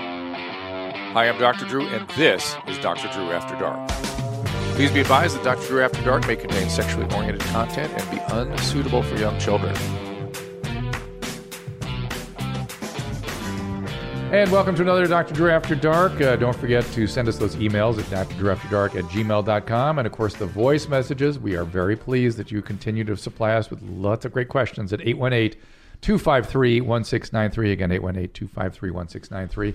Hi, I'm Dr. Drew, and this is Dr. Drew After Dark. Please be advised that Dr. Drew After Dark may contain sexually oriented content and be unsuitable for young children. And welcome to another Dr. Drew After Dark. Uh, don't forget to send us those emails at drdrewafterdark at gmail.com. And of course, the voice messages. We are very pleased that you continue to supply us with lots of great questions at 818 253 1693. Again, 818 253 1693.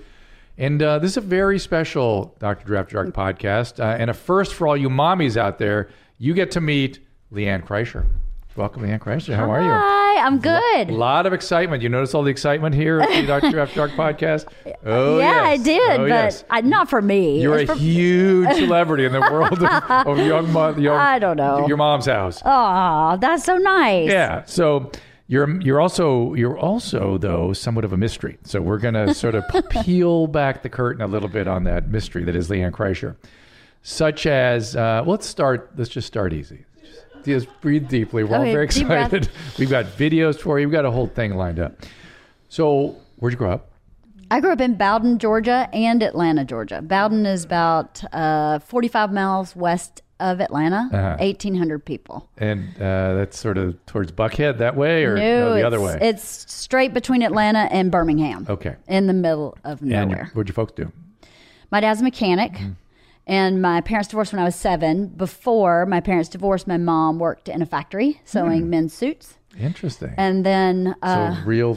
And uh, this is a very special Dr. Draft Dark podcast, uh, and a first for all you mommies out there. You get to meet Leanne Kreischer. Welcome, Leanne Kreischer. How are Hi, I'm you? good. A lot of excitement. You notice all the excitement here at the Dr. Draft Dark podcast? Oh, yeah, yes. I did, Oh, but yes. I, not for me. You're a It's for- huge celebrity in the world of, of young, mo- young. I don't know. Your mom's house. Aw, that's so nice. Yeah. So you're you're also you're also though somewhat of a mystery. So we're gonna sort of peel back the curtain a little bit on that mystery that is Leanne Kreischer. Such as uh, well, let's start. Let's just start easy. Just breathe deeply. We're all Okay, very deep breath. excited. We've got videos for you. We've got a whole thing lined up. So where'd you grow up? I grew up in Bowden, Georgia, and Atlanta, Georgia. Bowden is about uh, 45 miles west of Atlanta, Uh-huh. 1,800 people. And uh, that's sort of towards Buckhead that way, or the it's, other way. It's straight between Atlanta and Birmingham. Okay. In the middle of and nowhere. what'd your Mm-hmm. folks do? My dad's a mechanic, and my parents divorced when I was seven. Before my parents divorced, my mom worked in a factory sewing men's suits. Interesting. And then Hmm. So uh, real,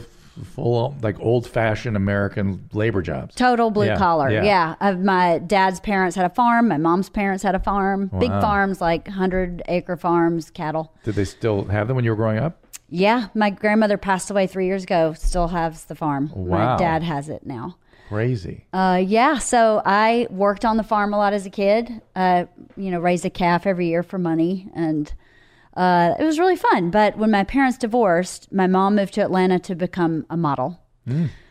full, like old fashioned American labor jobs. total blue Yeah, collar. yeah. Yeah. Uh, my dad's parents had a farm. My mom's parents had a farm. Big Wow. farms, like 100 acre farms, cattle. Did they still have them when you were growing up? Yeah. My grandmother passed away three years ago, still has the farm. Wow. My dad has it now. Crazy. Uh, yeah. So I worked on the farm a lot as a kid. Uh, you know, raised a calf every year for money, and uh, it was really fun. But when my parents divorced, my mom moved to Atlanta to become a model.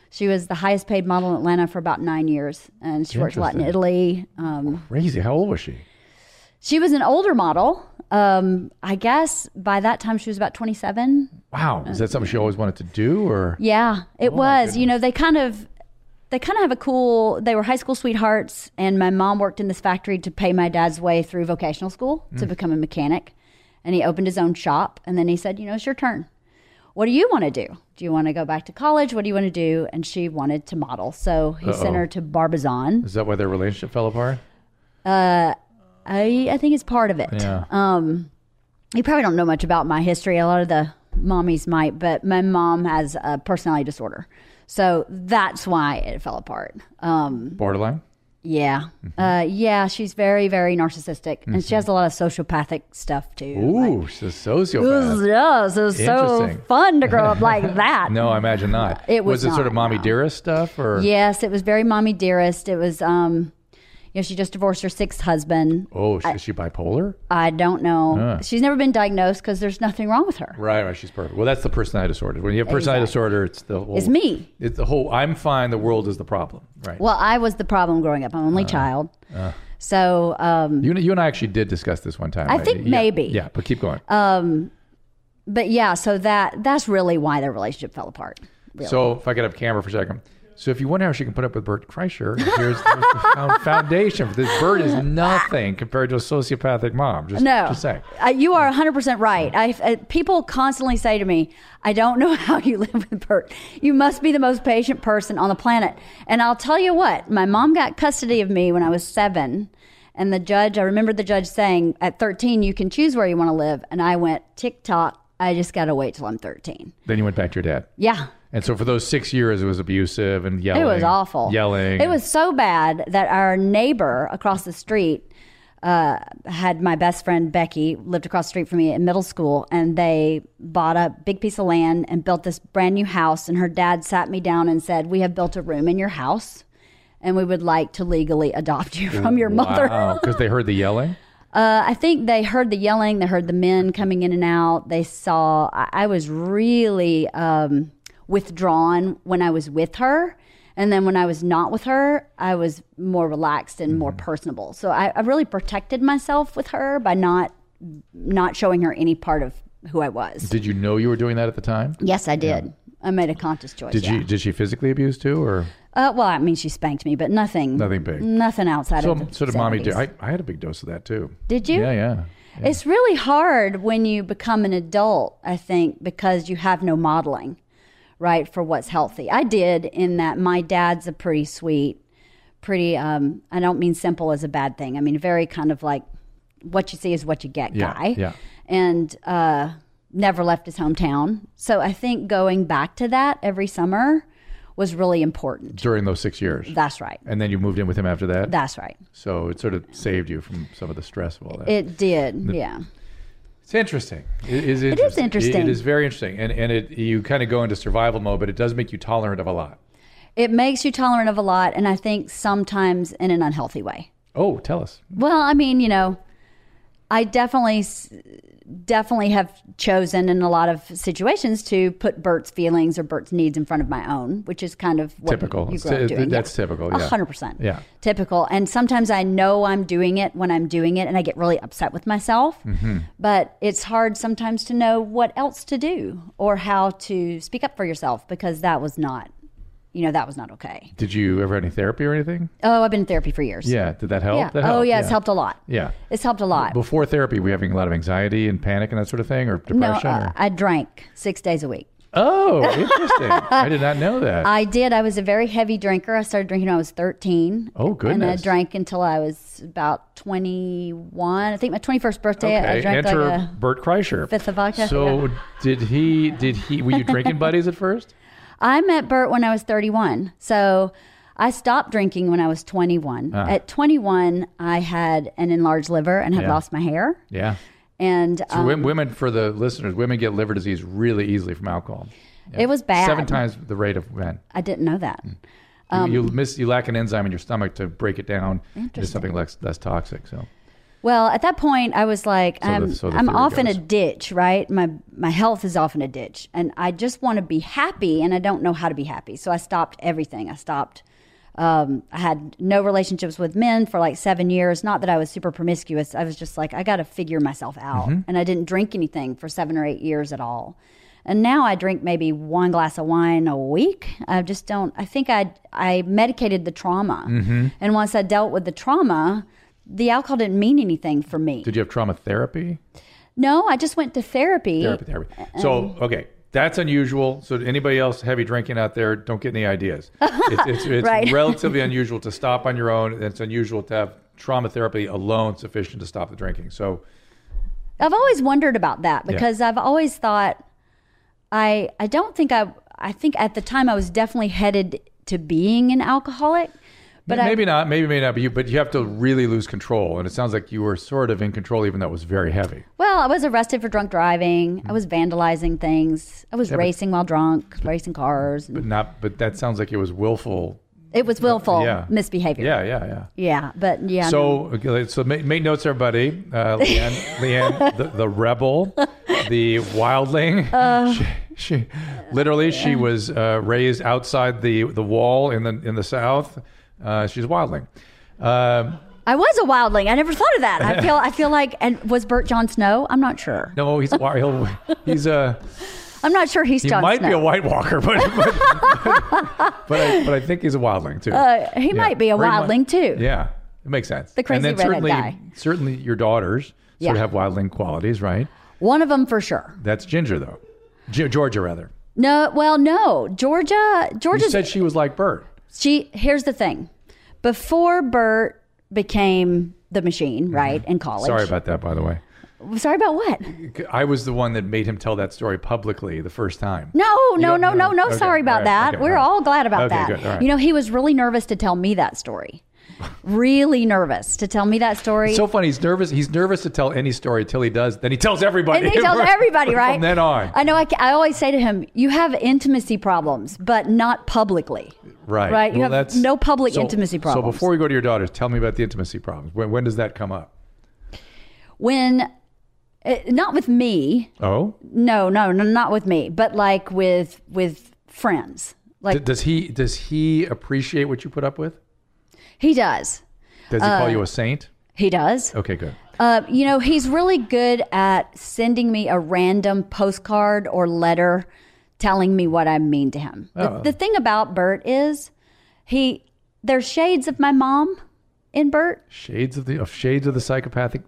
She was the highest paid model in Atlanta for about nine years, and she worked a lot in Italy. Um, Crazy. How old was she? she was an older model. Um, I guess by that time she was about twenty-seven. Wow. Is that something she always wanted to do, or Yeah, it was. You know, they kind of they kind of have a cool they were high school sweethearts and my mom worked in this factory to pay my dad's way through vocational school to Mm. become a mechanic. And he opened his own shop and then he said, "You know, it's your turn. What do you want to do? Do you want to go back to college? What do you want to do?" And she wanted to model. So he Uh-oh. sent her to Barbizon. is that why their relationship fell apart? I I think it's part of it. Yeah. you probably don't know much about my history. A lot of the mommies might, but my mom has a personality disorder. So that's why it fell apart. Um, Borderline. yeah. Mm-hmm. Uh, yeah, she's very, very narcissistic. And she has a lot of sociopathic stuff too. Like, Ooh, she's a sociopath. "Ooh, yeah, so, so Interesting. fun to grow up like that. No, I imagine not. It was it sort of not, mommy no. dearest stuff, or Yes, it was very mommy dearest. It was, um, you know, she just divorced her sixth husband. oh, is she bipolar? I don't know. Huh. She's never been diagnosed because there's nothing wrong with her. Right, right. She's perfect. Well, that's the personality disorder. When you have personality disorder, it's the whole. It's me. It's the whole. I'm fine. The world is the problem. Right. Well, I was the problem growing up. I'm only Uh-huh. child. Uh. so um, you, you and I actually did discuss this one time. I right? think Yeah, maybe. Yeah, but keep going. but yeah, so that that's really why their relationship fell apart. Really. So if I could have camera for a second. So if you wonder how she can put up with Bert Kreischer, here's, here's the found foundation for this. Bert is nothing compared to a sociopathic mom. Just, no, just saying. Uh, you are 100% right. I, uh, people constantly say to me, I don't know how you live with Bert. You must be the most patient person on the planet. And I'll tell you what, my mom got custody of me when I was seven. And the judge, I remember the judge saying, at 13, you can choose where you want to live. And I went, tick tock, I just got to wait till I'm 13. Then you went back to your dad. Yeah. And so for those six years, it was abusive and yelling. It was awful. Yelling. It was so bad that our neighbor across the street uh, had my best friend Becky lived across the street from me in middle school, and they bought a big piece of land and built this brand new house. And her dad sat me down and said, "We have built a room in your house." And we would like to legally adopt you from your mother. because they heard the yelling. Uh, I think they heard the yelling. They heard the men coming in and out. They saw. I, I was really um, withdrawn when I was with her, and then when I was not with her, I was more relaxed and Mm-hmm. more personable. So I, I really protected myself with her by not not showing her any part of who I was. Did you know you were doing that at the time? Yes, I did. I made a conscious choice. Did yeah. she did she physically abuse too, or Uh, well, I mean, she spanked me, but nothing. Nothing big. Nothing outside so, of. the so did mommy? Do. 70s. I, I had a big dose of that too. Did you? Yeah, yeah. It's really hard when you become an adult, I think, because you have no modeling, right, for what's healthy. I did in that my dad's a pretty sweet, pretty, um, I don't mean simple as a bad thing. I mean, very kind of like what you see is what you get Yeah, guy. yeah. And uh, never left his hometown. So I think going back to that every summer was really important. During those six years, That's right. and then you moved in with him after that. That's right. so it sort of saved you from some of the stress of all that. It did. Yeah. It's interesting. It is interesting. is interesting. it is very interesting, and and it you kind of go into survival mode, but it does make you tolerant of a lot. It makes you tolerant of a lot, and I think sometimes in an unhealthy way. Oh, tell us. Well, I mean, you know, I definitely, s- definitely have chosen in a lot of situations to put Bert's feelings or Bert's needs in front of my own, which is kind of what Typical. You grow up It's- doing. that's typical, A yeah. hundred percent. Yeah. Typical. And sometimes I know I'm doing it when I'm doing it, and I get really upset with myself. Mm-hmm. But it's hard sometimes to know what else to do or how to speak up for yourself because that was not, you know, that was not okay. Did you ever have any therapy or anything? Oh, I've been in therapy for years. Yeah. Did that help? Yeah. That oh, helped, yeah, It's helped a lot. Yeah. It's helped a lot. Before therapy, were you having a lot of anxiety and panic and that sort of thing, or No, depression? uh, or? I drank six days a week. Oh, interesting. I did not know that. I did. I was a very heavy drinker. I started drinking when I was 13. Oh, And I goodness. drank until I was about 21. I think my 21st birthday, I okay, drank enter like a. Bert Kreischer. fifth of vodka. So did he? Did he? Were you drinking buddies at first? I met Bert when I was 31. So I stopped drinking when I was 21. Ah. At 21, I had an enlarged liver and had Yeah. lost my hair. Yeah. And So um, wom- women, for the listeners, women get liver disease really easily from alcohol. it was bad. Seven times the rate of men. I didn't know that. You, Um, you miss. You lack an enzyme in your stomach to break it down into something less less toxic. So Well, at that point, I was like, the- I'm, so the I'm theory off in a goes. ditch, right? My my health is off in a ditch, and I just want to be happy, and I don't know how to be happy. So I stopped everything. I stopped. Um, I had no relationships with men for like seven years. Not that I was super promiscuous. I was just like, I got to figure myself out, Mm-hmm. and I didn't drink anything for seven or eight years at all. And now I drink maybe one glass of wine a week. I just don't. I think I I medicated the trauma, Mm-hmm. and once I dealt with the trauma, the alcohol didn't mean anything for me. did you have trauma therapy? No, I just went to therapy. Therapy, therapy. uh, So um, okay. That's unusual. So anybody else heavy drinking out there, don't get any ideas. It's, it's, it's Right. relatively unusual to stop on your own. and It's unusual to have trauma therapy alone sufficient to stop the drinking. So I've always wondered about that because I've always thought I I don't think I I think at the time I was definitely headed to being an alcoholic, but I maybe not, maybe maybe not. But you, but you have to really lose control. And it sounds like you were sort of in control, even though it was very heavy. well, I was arrested for drunk driving. I was vandalizing things. I was racing while drunk, racing cars. But not. But that sounds like it was willful. it was willful yeah. misbehavior. Yeah, yeah, yeah. Yeah, but yeah. no. So, okay, so make, make notes, everybody. Uh, Leanne, Leanne the, the rebel, the wildling. Uh. she, she, literally, she was uh, raised outside the, the wall in the in the South. Uh, she's wildling. Um, I was a wildling. I never thought of that. I feel I feel like and was Bert John Snow? I'm not sure. no, he's wi- he'll, he's a I'm not sure he's he John might Snow. be a White Walker, but but but I, but I think he's a wildling too. Uh, he might be a Or he might- wildling too. Yeah, it makes sense. The crazy and then redhead certainly, guy. certainly your daughters Yeah. sort of have wildling qualities, right? One of them for sure. That's Ginger, though. G- Georgia, rather. No, well, no. Georgia, You Georgia's said she was like Bert. she here's the thing. Before Bert became the machine, right, in college. Mm-hmm. Sorry about that, by the way. Sorry about what? I was the one that made him tell that story publicly the first time. No, no, don't no, no, know? no. Okay, Sorry about all right, that. okay, We're all right. all glad about Okay, that. good, all right. You know, he was really nervous to tell me that story. really nervous to tell me that story. It's so funny. He's nervous. He's nervous to tell any story till he does. Then he tells everybody. and he tells everybody, right? Uh, From then on. I know. I, ca- I always say to him, "You have intimacy problems, but not publicly." right. right, you have no public so- intimacy So problems. before we go to your daughters, tell me about the intimacy problems. When, when does that come up? When, uh, not with me, Oh, No, no, no, not with me, but like with with friends. D- Like does he does he appreciate what you put up with? he does. Does he Uh, call you a saint? He does. Okay, good. Uh, you know, he's really good at sending me a random postcard or letter telling me what I mean to him. The, Oh. the thing about Bert is he there's shades of my mom in Bert. Shades of the of shades of the psychopathic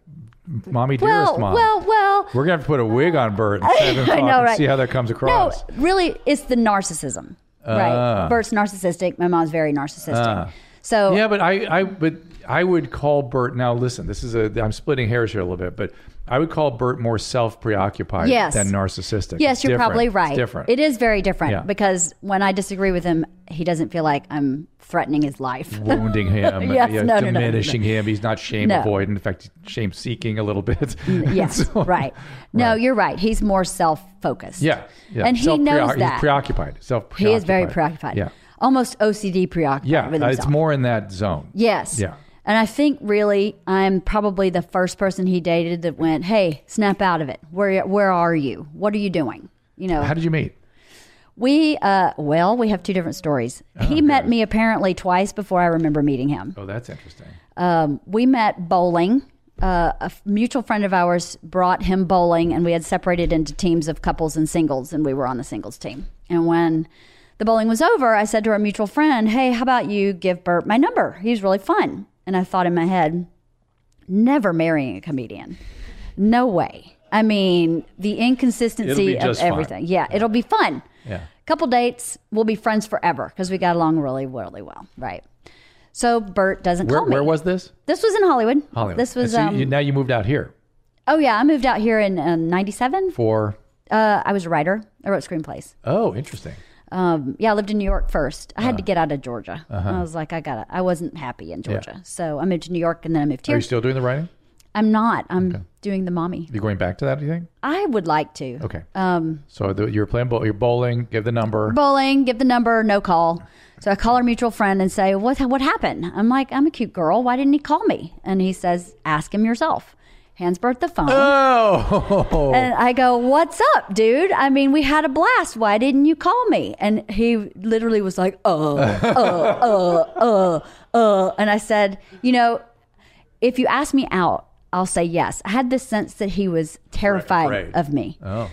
mommy Well, dearest mom. well, well. We're gonna have to put a wig on Bert and, have him I talk know, and right? see how that comes across. No, really, it's the narcissism, Ah. right? Bert's narcissistic. My mom's very narcissistic. so Yeah, but I, I, but I would call Bert. Now, listen, this is a. I'm splitting hairs here a little bit, but I would call Bert more self-preoccupied Yes. than narcissistic. yes, It's you're different. probably It's right. different. It is very different Yeah. because when I disagree with him, he doesn't feel like I'm threatening his life. wounding him, Yes, yeah, no, no, no, no, no. diminishing him. He's not shame No. avoidant. In fact, he's shame seeking a little bit. yes, So- right. No, you're right. He's more self-focused. Yeah, yeah. and he Self-preoc- knows that. He's preoccupied. Self-preoccupied. He is very preoccupied. Yeah, almost OCD preoccupied yeah. with uh, himself. it's more in that zone. Yes. Yeah. And I think really, I'm probably the first person he dated that went, "Hey, snap out of it. Where where are you? What are you doing?" You know, How did you meet? we uh, well, we have two different stories. he met me apparently twice before I remember meeting him. Oh, that's interesting. We met bowling. Uh, a f- mutual friend of ours brought him bowling, and we had separated into teams of couples and singles, and we were on the singles team. And when the bowling was over, I said to our mutual friend, Hey, how about you give Bert my number? He's really fun. And I thought in my head, never marrying a comedian. No way. I mean, the inconsistency of just fun. everything. Yeah, it'll be fun. Yeah. Couple dates, we'll be friends forever because we got along really, really well. Right. So Bert doesn't Where, call me. where was this? This was in Hollywood. Hollywood. This was. So you- um, you- now you moved out here oh yeah, I moved out here in '97. for. uh, I was a writer. I wrote screenplays. Oh, interesting. Um, yeah, I lived in New York first. I had Uh-huh. to get out of Georgia. I was like, I got. to I wasn't happy in Georgia, so I moved to New York, and then I moved Are here. you still doing the writing? I'm not. I'm doing the mommy. You going back to that? Do you think? I would like to. Okay. Um. So the, you're playing bowl. You're bowling. Give the number. Bowling, give the number, no call. So I call our mutual friend and say, "What what happened?" I'm like, "I'm a cute girl. Why didn't he call me?" And he says, "Ask him yourself." Hands Bert the phone. oh. And I go, What's up, dude? I mean, we had a blast. Why didn't you call me? And he literally was like, Uh, uh, uh, uh, uh. And I said, You know, if you ask me out, I'll say yes. I had this sense that he was terrified Right, right. of me. oh.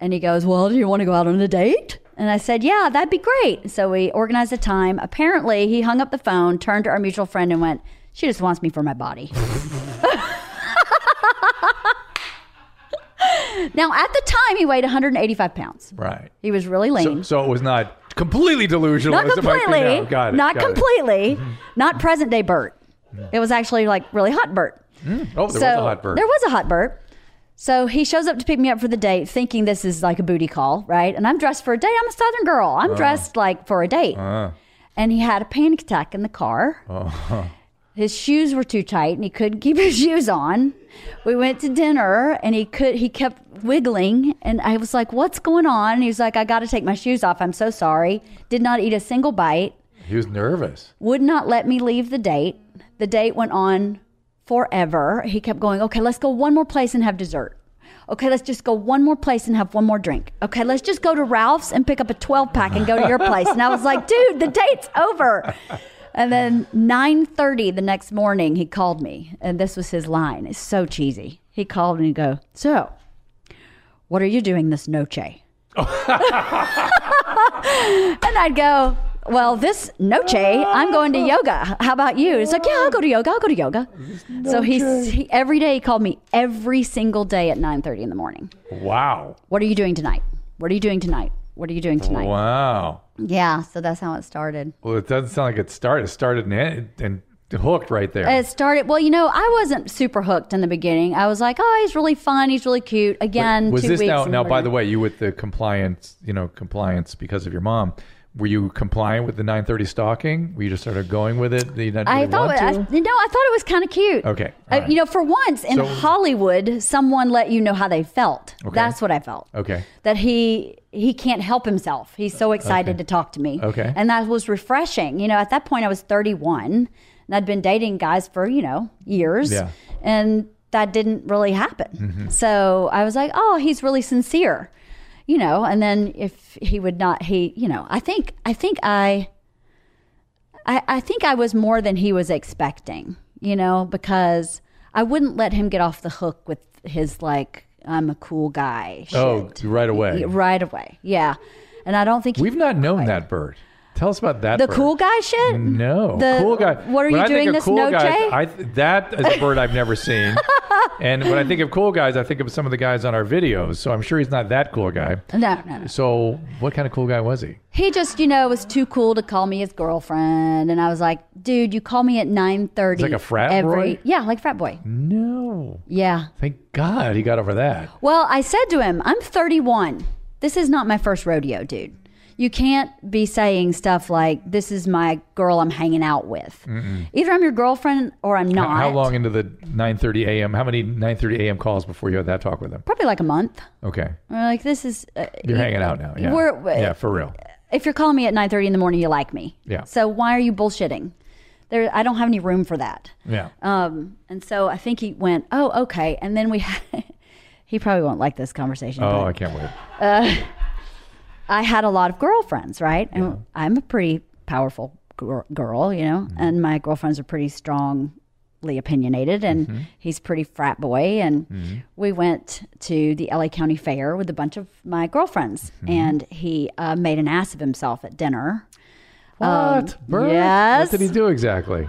And he goes, Well, do you want to go out on a date? And I said, Yeah, that'd be great. So we organized a time. Apparently, he hung up the phone, turned to our mutual friend, and went, She just wants me for my body. now, at the time, he weighed 185 pounds. Right. He was really So, lean. so it was not completely delusional. not as It might completely. be now. Got it. not got it. Mm-hmm. completely. Not present day Bert. It was actually like really hot Bert. Oh, there so was a hot bird. There was a hot bird. So he shows up to pick me up for the date, thinking this is like a booty call, right? And I'm dressed for a date. I'm a Southern girl. I'm Uh-huh. dressed like for a date. And he had a panic attack in the car. Uh-huh. His shoes were too tight, and he couldn't keep his shoes on. We went to dinner, and he could he kept wiggling, and I was like, "What's going on?" And he was like, "I got to take my shoes off. I'm so sorry." Did not eat a single bite He was nervous. would not let me leave the date. The date went on forever. He kept going, okay, let's go one more place and have dessert. Okay, let's just go one more place and have one more drink. Okay, let's just go to Ralph's and pick up a 12 pack and go to your place. And I was like, dude, the date's over. And then 9:30 the next morning he called me and this was his line. It's so cheesy. He called me and go, "So, what are you doing this noche?" And I'd go, well, this noche, I'm going to yoga. How about you? It's like, yeah, I'll go to yoga. I'll go to yoga. So he, he every day he called me every single day at 9:30 in the morning. Wow. What are you doing tonight? What are you doing tonight? What are you doing tonight? Wow. Yeah, so that's how it started. Well, it doesn't sound like it started. It started and, ended and hooked right there. It started. Well, you know, I wasn't super hooked in the beginning. I was like, oh, he's really fun. He's really cute. Again, was two this weeks now? and Now, we're by done. the way, you with the compliance, you know, compliance because of your mom. Were you compliant with the 9:30 stalking? Were you just sort of going with it? You didn't I really thought want it- I, to? no, I thought it was kind of cute. Okay, Uh, all right. You know, for once in So- Hollywood, someone let you know how they felt. That's what I felt. Okay. That he he can't help himself. He's so excited to talk to me. Okay. And that was refreshing. You know, at that point I was 31 and I'd been dating guys for, you know, years. Yeah. Mm-hmm. And that didn't really happen. So I was like, "Oh, he's really sincere." You know, and then if he would not he, you know, I think I think I I, I think I was more than he was expecting, you know, because I wouldn't let him get off the hook with his like, I'm a cool guy. shit. Oh, right away. Yeah, right away. Yeah. And I don't think We've not known that bird. Tell us about that. the bird. cool guy shit. No, The- cool guy. what are When you I think doing of this cool no, guys, Jay? I th- that is a bird I've never seen. and when I think of cool guys, I think of some of the guys on our videos. So I'm sure he's not that cool guy. No, no, no. So what kind of cool guy was he? He just, you know, was too cool to call me his girlfriend, and I was like, dude, you call me at nine thirty. Like a frat every, boy? Yeah, like frat boy. No. Yeah. Thank God he got over that. Well, I said to him, I'm 31. This is not my first rodeo, dude. You can't be saying stuff like, this is my girl I'm hanging out with. Either I'm your girlfriend or I'm How- not. How long into the 9:30 a.m. How many 9:30 a.m. calls before you had that talk with him? Probably like a month. Okay, We're like, this is. Uh, you're hanging out now. Yeah, We're- we're- uh, yeah, for real. if you're calling me at 9.30 in the morning, you like me. Yeah. So why are you bullshitting? There, I don't have any room for that. Yeah. Um, and so I think he went, oh, okay. And then we had, he probably won't like this conversation. oh, but I can't wait. I had a lot of girlfriends, right? And I'm a pretty powerful gr- girl, you know, Mm-hmm. and my girlfriends are pretty strongly opinionated, and Mm-hmm. he's pretty frat boy. And we went to the LA County Fair with a bunch of my girlfriends, Mm-hmm. and he uh, made an ass of himself at dinner. What bird? Um, yes. What did he do exactly?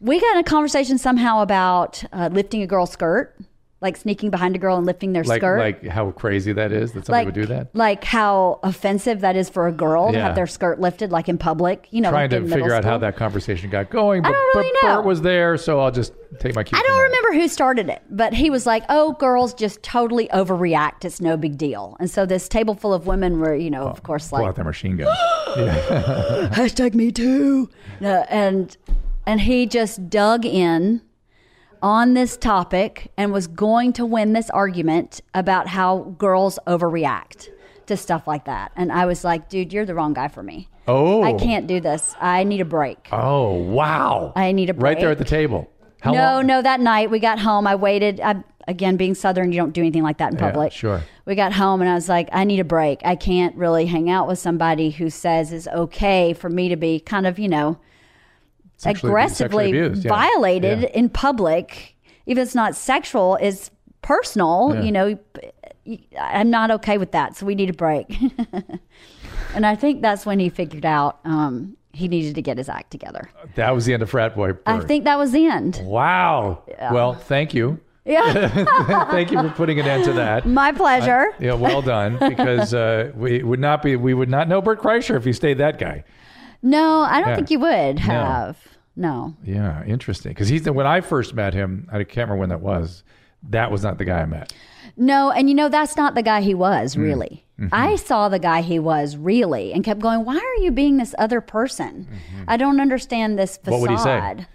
We got in a conversation somehow about uh, lifting a girl's skirt, like sneaking behind a girl and lifting their Like, skirt. like how crazy that is that somebody like, would do that. like how offensive that is for a girl to Yeah. have their skirt lifted, like in public. You know, Trying like to in figure middle out how school. that conversation got going, but, don't really but know. Bert was there, so I'll just take my cue. I don't remember who started it, but he was like, "Oh, girls just totally overreact. It's no big deal." And so this table full of women were, you Oh, know, of course, Pull like out their machine gun. hashtag me too No, and and he just dug in on this topic and was going to win this argument about how girls overreact to stuff like that and i was like dude you're the wrong guy for me Oh, i can't do this i need a break Oh, wow. I need a Right there at break. the table. How no long? no that night we got home i waited I, again being southern you don't do anything like that in public sure. we got home and i was like i need a break i can't really hang out with somebody who says it's okay for me to be kind of you know Sexually abu- sexually aggressively abused, yeah. violated Yeah. in public, if it's not sexual, it's personal. Yeah. You know, I'm not okay with that. So we need a break. and I think that's when he figured out um, he needed to get his act together. That was the end of Frat Boy. Bert. I think that was the end. Wow. Well, thank you. Yeah, thank you for putting an end to that. my pleasure. Yeah, well done. Because uh, we would not be, we would not know Bert Kreischer if he stayed that guy. no, I don't Yeah. think you would have. No. Yeah, interesting. Because he's the, when I first met him, I can't remember when that was. That was not the guy I met. No, and you know that's not the guy he was Mm-hmm. really. I saw the guy he was really and kept going, "Why are you being this other person? I don't understand this facade." Mm-hmm. What would he say?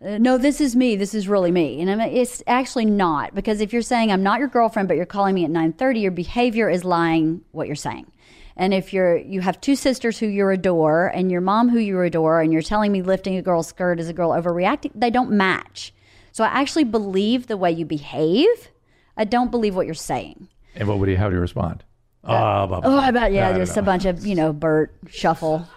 Uh, no, this is me. This is really me. And I'm, it's actually not because if you're saying I'm not your girlfriend, but you're calling me at 9:30, your behavior is lying what you're saying. And if you're you have two sisters who you adore and your mom who you adore, and you're telling me lifting a girl's skirt is a girl overreacting, they don't match. So I actually believe the way you behave. I don't believe what you're saying. And what would he? How would he respond? Ah, blah, blah, Oh, blah. I bet I yeah, don't just know. a bunch of you know Bert shuffle,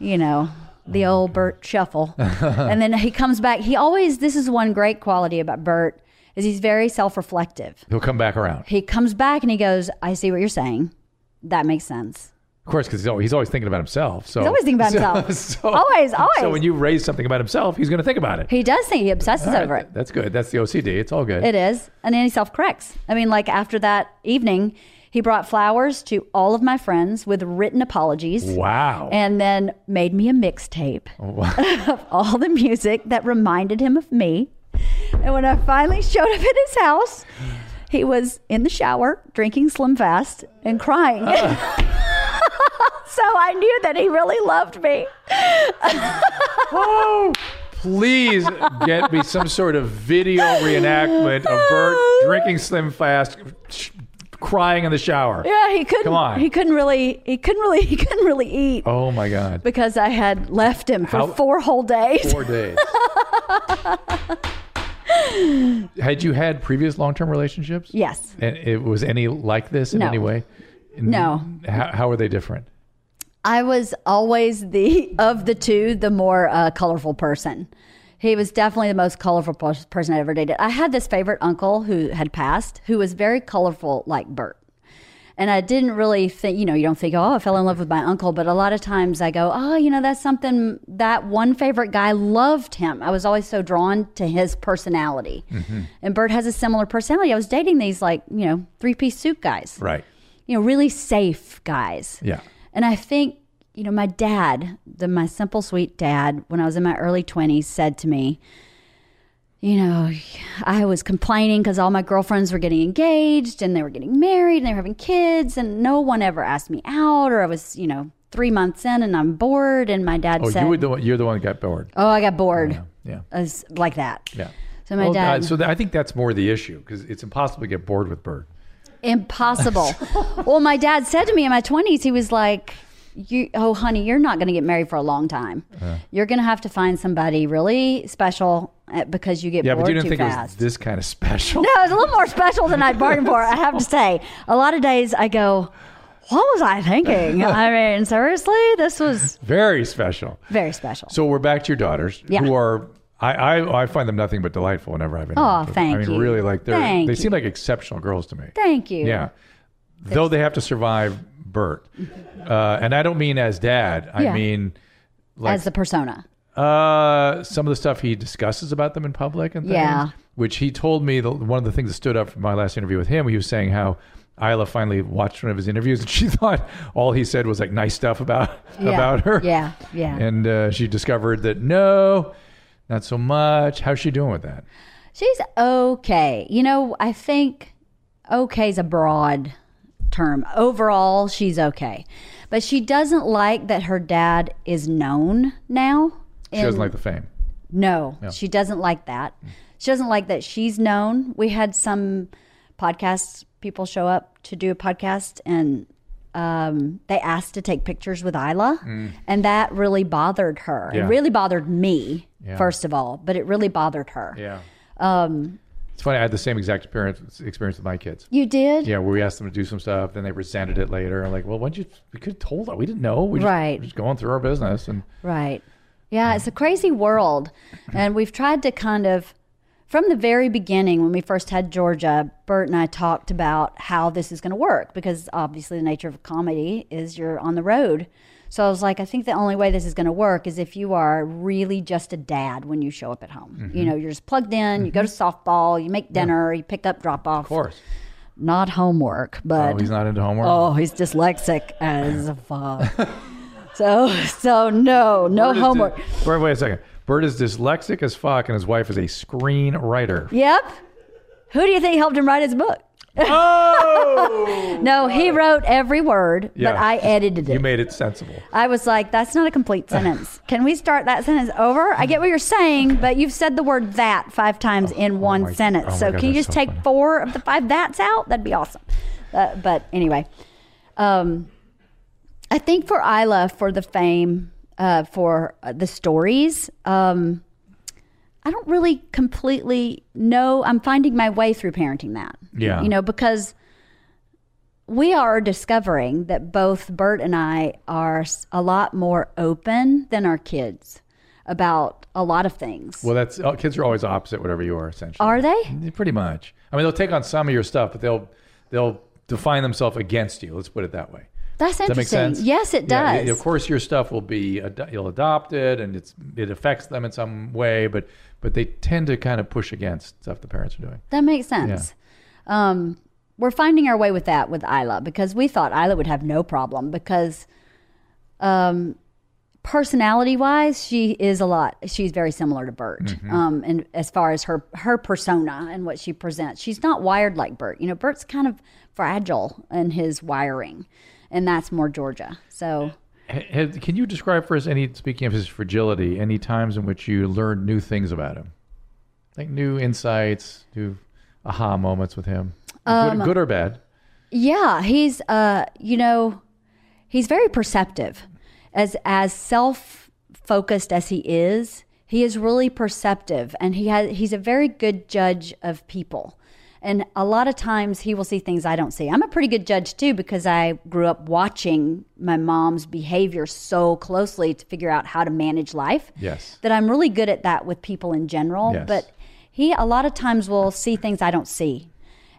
you know the Oh, old Bert shuffle, and then he comes back. He always this is one great quality about Bert is he's very self reflective. He'll come back around. He comes back and he goes, "I see what you're saying. That makes sense." Of course, because he's always, he's always thinking about himself. So He's always thinking about so- himself. so- Always, always. So when you raise something about himself, he's going to think about it. He does think he obsesses All right, over it. That's good. That's the OCD. It's all good. It is, and then he self corrects. I mean, like after that evening, he brought flowers to all of my friends with written apologies. wow. and then made me a mixtape Oh, of all the music that reminded him of me. And when I finally showed up at his house, he was in the shower drinking Slim Fast and crying. so I knew that he really loved me. oh, please get me some sort of video reenactment of Bert drinking Slim Fast, sh- crying in the shower. Yeah, he couldn't. Come on. He couldn't really. He couldn't really. He couldn't really eat Oh my God. because I had left him for How- four whole days. Four days. Had you had previous long-term relationships? Yes. And it was any like this in No. any way? No. How, how are they different? I was always the of the two the more uh, colorful person. He was definitely the most colorful pers- person I ever dated. I had this favorite uncle who had passed, who was very colorful, like Bert. And I didn't really think, you know, you don't think, oh, I fell in love with my uncle. But a lot of times I go, oh, you know, that's something that one favorite guy loved him. I was always so drawn to his personality. And Bert has a similar personality. I was dating these, like, you know, three piece suit guys, Right. you know, really safe guys. Yeah. And I think, you know, my dad, the my simple sweet dad, when I was in my early 20s said to me, you know, I was complaining cuz all my girlfriends were getting engaged and they were getting married and they were having kids and no one ever asked me out or I was, you know, 3 months in and I'm bored and my dad Oh, said, you were the one, you're the one that got bored. "Oh, I got bored." Yeah. I was like that. Yeah. So my Well, dad uh, so that, I think that's more the issue because it's impossible to get bored with Bert. Impossible. well, my dad said to me in my 20s, he was like, you, oh, honey, you're not going to get married for a long time. You're going to have to find somebody really special uh, because you get Yeah, bored but you didn't too think it was fast. this kind of special. no, it's a little more special than I bargained for, I have to say. A lot of days I go, what was I thinking? I mean, seriously, this was Very special. very special. So we're back to your daughters, Yeah. who are I, I I find them nothing but delightful whenever I've been. Aw, I thank mean, you. really, like they're Thank they you. seem like exceptional girls to me. Thank you. Yeah, though they have to survive Bert, uh, and I don't mean as dad. I Yeah. mean like As the persona. uh, some of the stuff he discusses about them in public and things. Yeah. Which he told me the, one of the things that stood up from my last interview with him. He was saying how Isla finally watched one of his interviews and she thought all he said was like nice stuff about Yeah. about her. Yeah. Yeah. And uh, she discovered that no, not so much. How's she doing with that? She's okay. You know, I think okay is a broad term. Overall, she's okay. But she doesn't like that her dad is known now. She doesn't like the fame. No, she doesn't like that. She doesn't like that she's known. We had some podcasts people show up to do a podcast and um, they asked to take pictures with Isla, and that really bothered her. Mm. Yeah. It really bothered me, Yeah. first of all, but it really bothered her. Yeah. Um, it's funny. I had the same exact experience experience with my kids. You did? Yeah, where we asked them to do some stuff, then they resented it later. I'm like, well, why don't you? We could have told them. We didn't know. We just, Right. We're just going through our business, and Right. Yeah, it's a crazy world. And we've tried to kind of, from the very beginning, when we first had Georgia, Bert and I talked about how this is going to work because obviously the nature of comedy is you're on the road. So I was like, I think the only way this is going to work is if you are really just a dad when you show up at home. Mm-hmm. You know, you're just plugged in, you go to softball, you make dinner, you pick up, drop off. of course, Not homework, but. oh, he's not into homework. Oh, he's dyslexic as fuck. so, so no, no Bert is homework. dy- Bert, wait a second. Bert is dyslexic as fuck, and his wife is a screenwriter. Yep. Who do you think helped him write his book? oh, No, he wrote every word, Yeah. but I edited you it. made it sensible. I was like, that's not a complete sentence. Can we start that sentence over? I get what you're saying, but you've said the word that five times in one my- sentence. oh my so God, can you that's just so take funny. four of the five that's out? That'd be awesome. Uh, but anyway, um, I think for Isla, for the fame, uh, for uh, the stories, um, I don't really completely know. I'm finding my way through parenting that. Yeah. You know, because we are discovering that both Bert and I are s- a lot more open than our kids about a lot of things. Well, that's oh, kids are always opposite whatever you are essentially. Are they? Yeah, Pretty much. I mean, they'll take on some of your stuff, but they'll they'll define themselves against you. Let's put it that way. That's Does that make interesting. sense? Yes, it Yeah, does. of course, your stuff will be ad- you'll adopt it, and it's it affects them in some way, but but they tend to kind of push against stuff the parents are doing. That makes sense. Um, we're finding our way with that with Isla because we thought Isla would have no problem because, um, personality wise, she is a lot. She's very similar to Bert. Um, and as far as her her persona and what she presents, she's not wired like Bert. You know, Bert's kind of fragile in his wiring, and that's more Georgia. So. Ha- have- can you describe for us any speaking of his fragility, any times in which you learned new things about him, like new insights, new aha moments with him, Um, good, good or bad? Yeah, he's uh, you know, he's very perceptive. As as self focused as he is, he is really perceptive, and he has he's a very good judge of people. And a lot of times he will see things I don't see. I'm a pretty good judge too because I grew up watching my mom's behavior so closely to figure out how to manage life. Yes. That I'm really good at that with people in general. Yes. But he a lot of times will see things I don't see.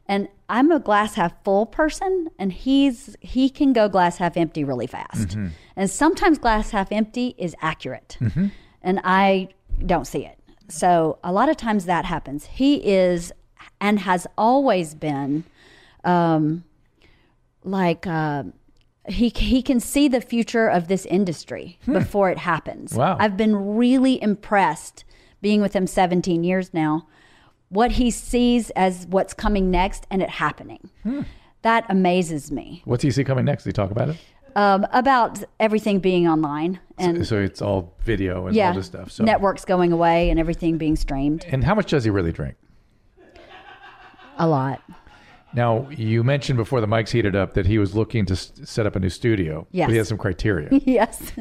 And I'm a glass half full person and he's he can go glass half empty really fast. And sometimes glass half empty is accurate. And I don't see it. So a lot of times that happens. He is and has always been like uh, he he can see the future of this industry before it happens. Wow. I've been really impressed being with him 17 years now. What he sees as what's coming next and it happening. That amazes me. What's he see coming next? Did he talk about it? Um, about everything being online and So it's all video and yeah, all this stuff. So networks going away and everything being streamed And how much does he really drink? a lot. Now, you mentioned before the mics heated up that he was looking to s- set up a new studio. Yes. But he has some criteria Yes.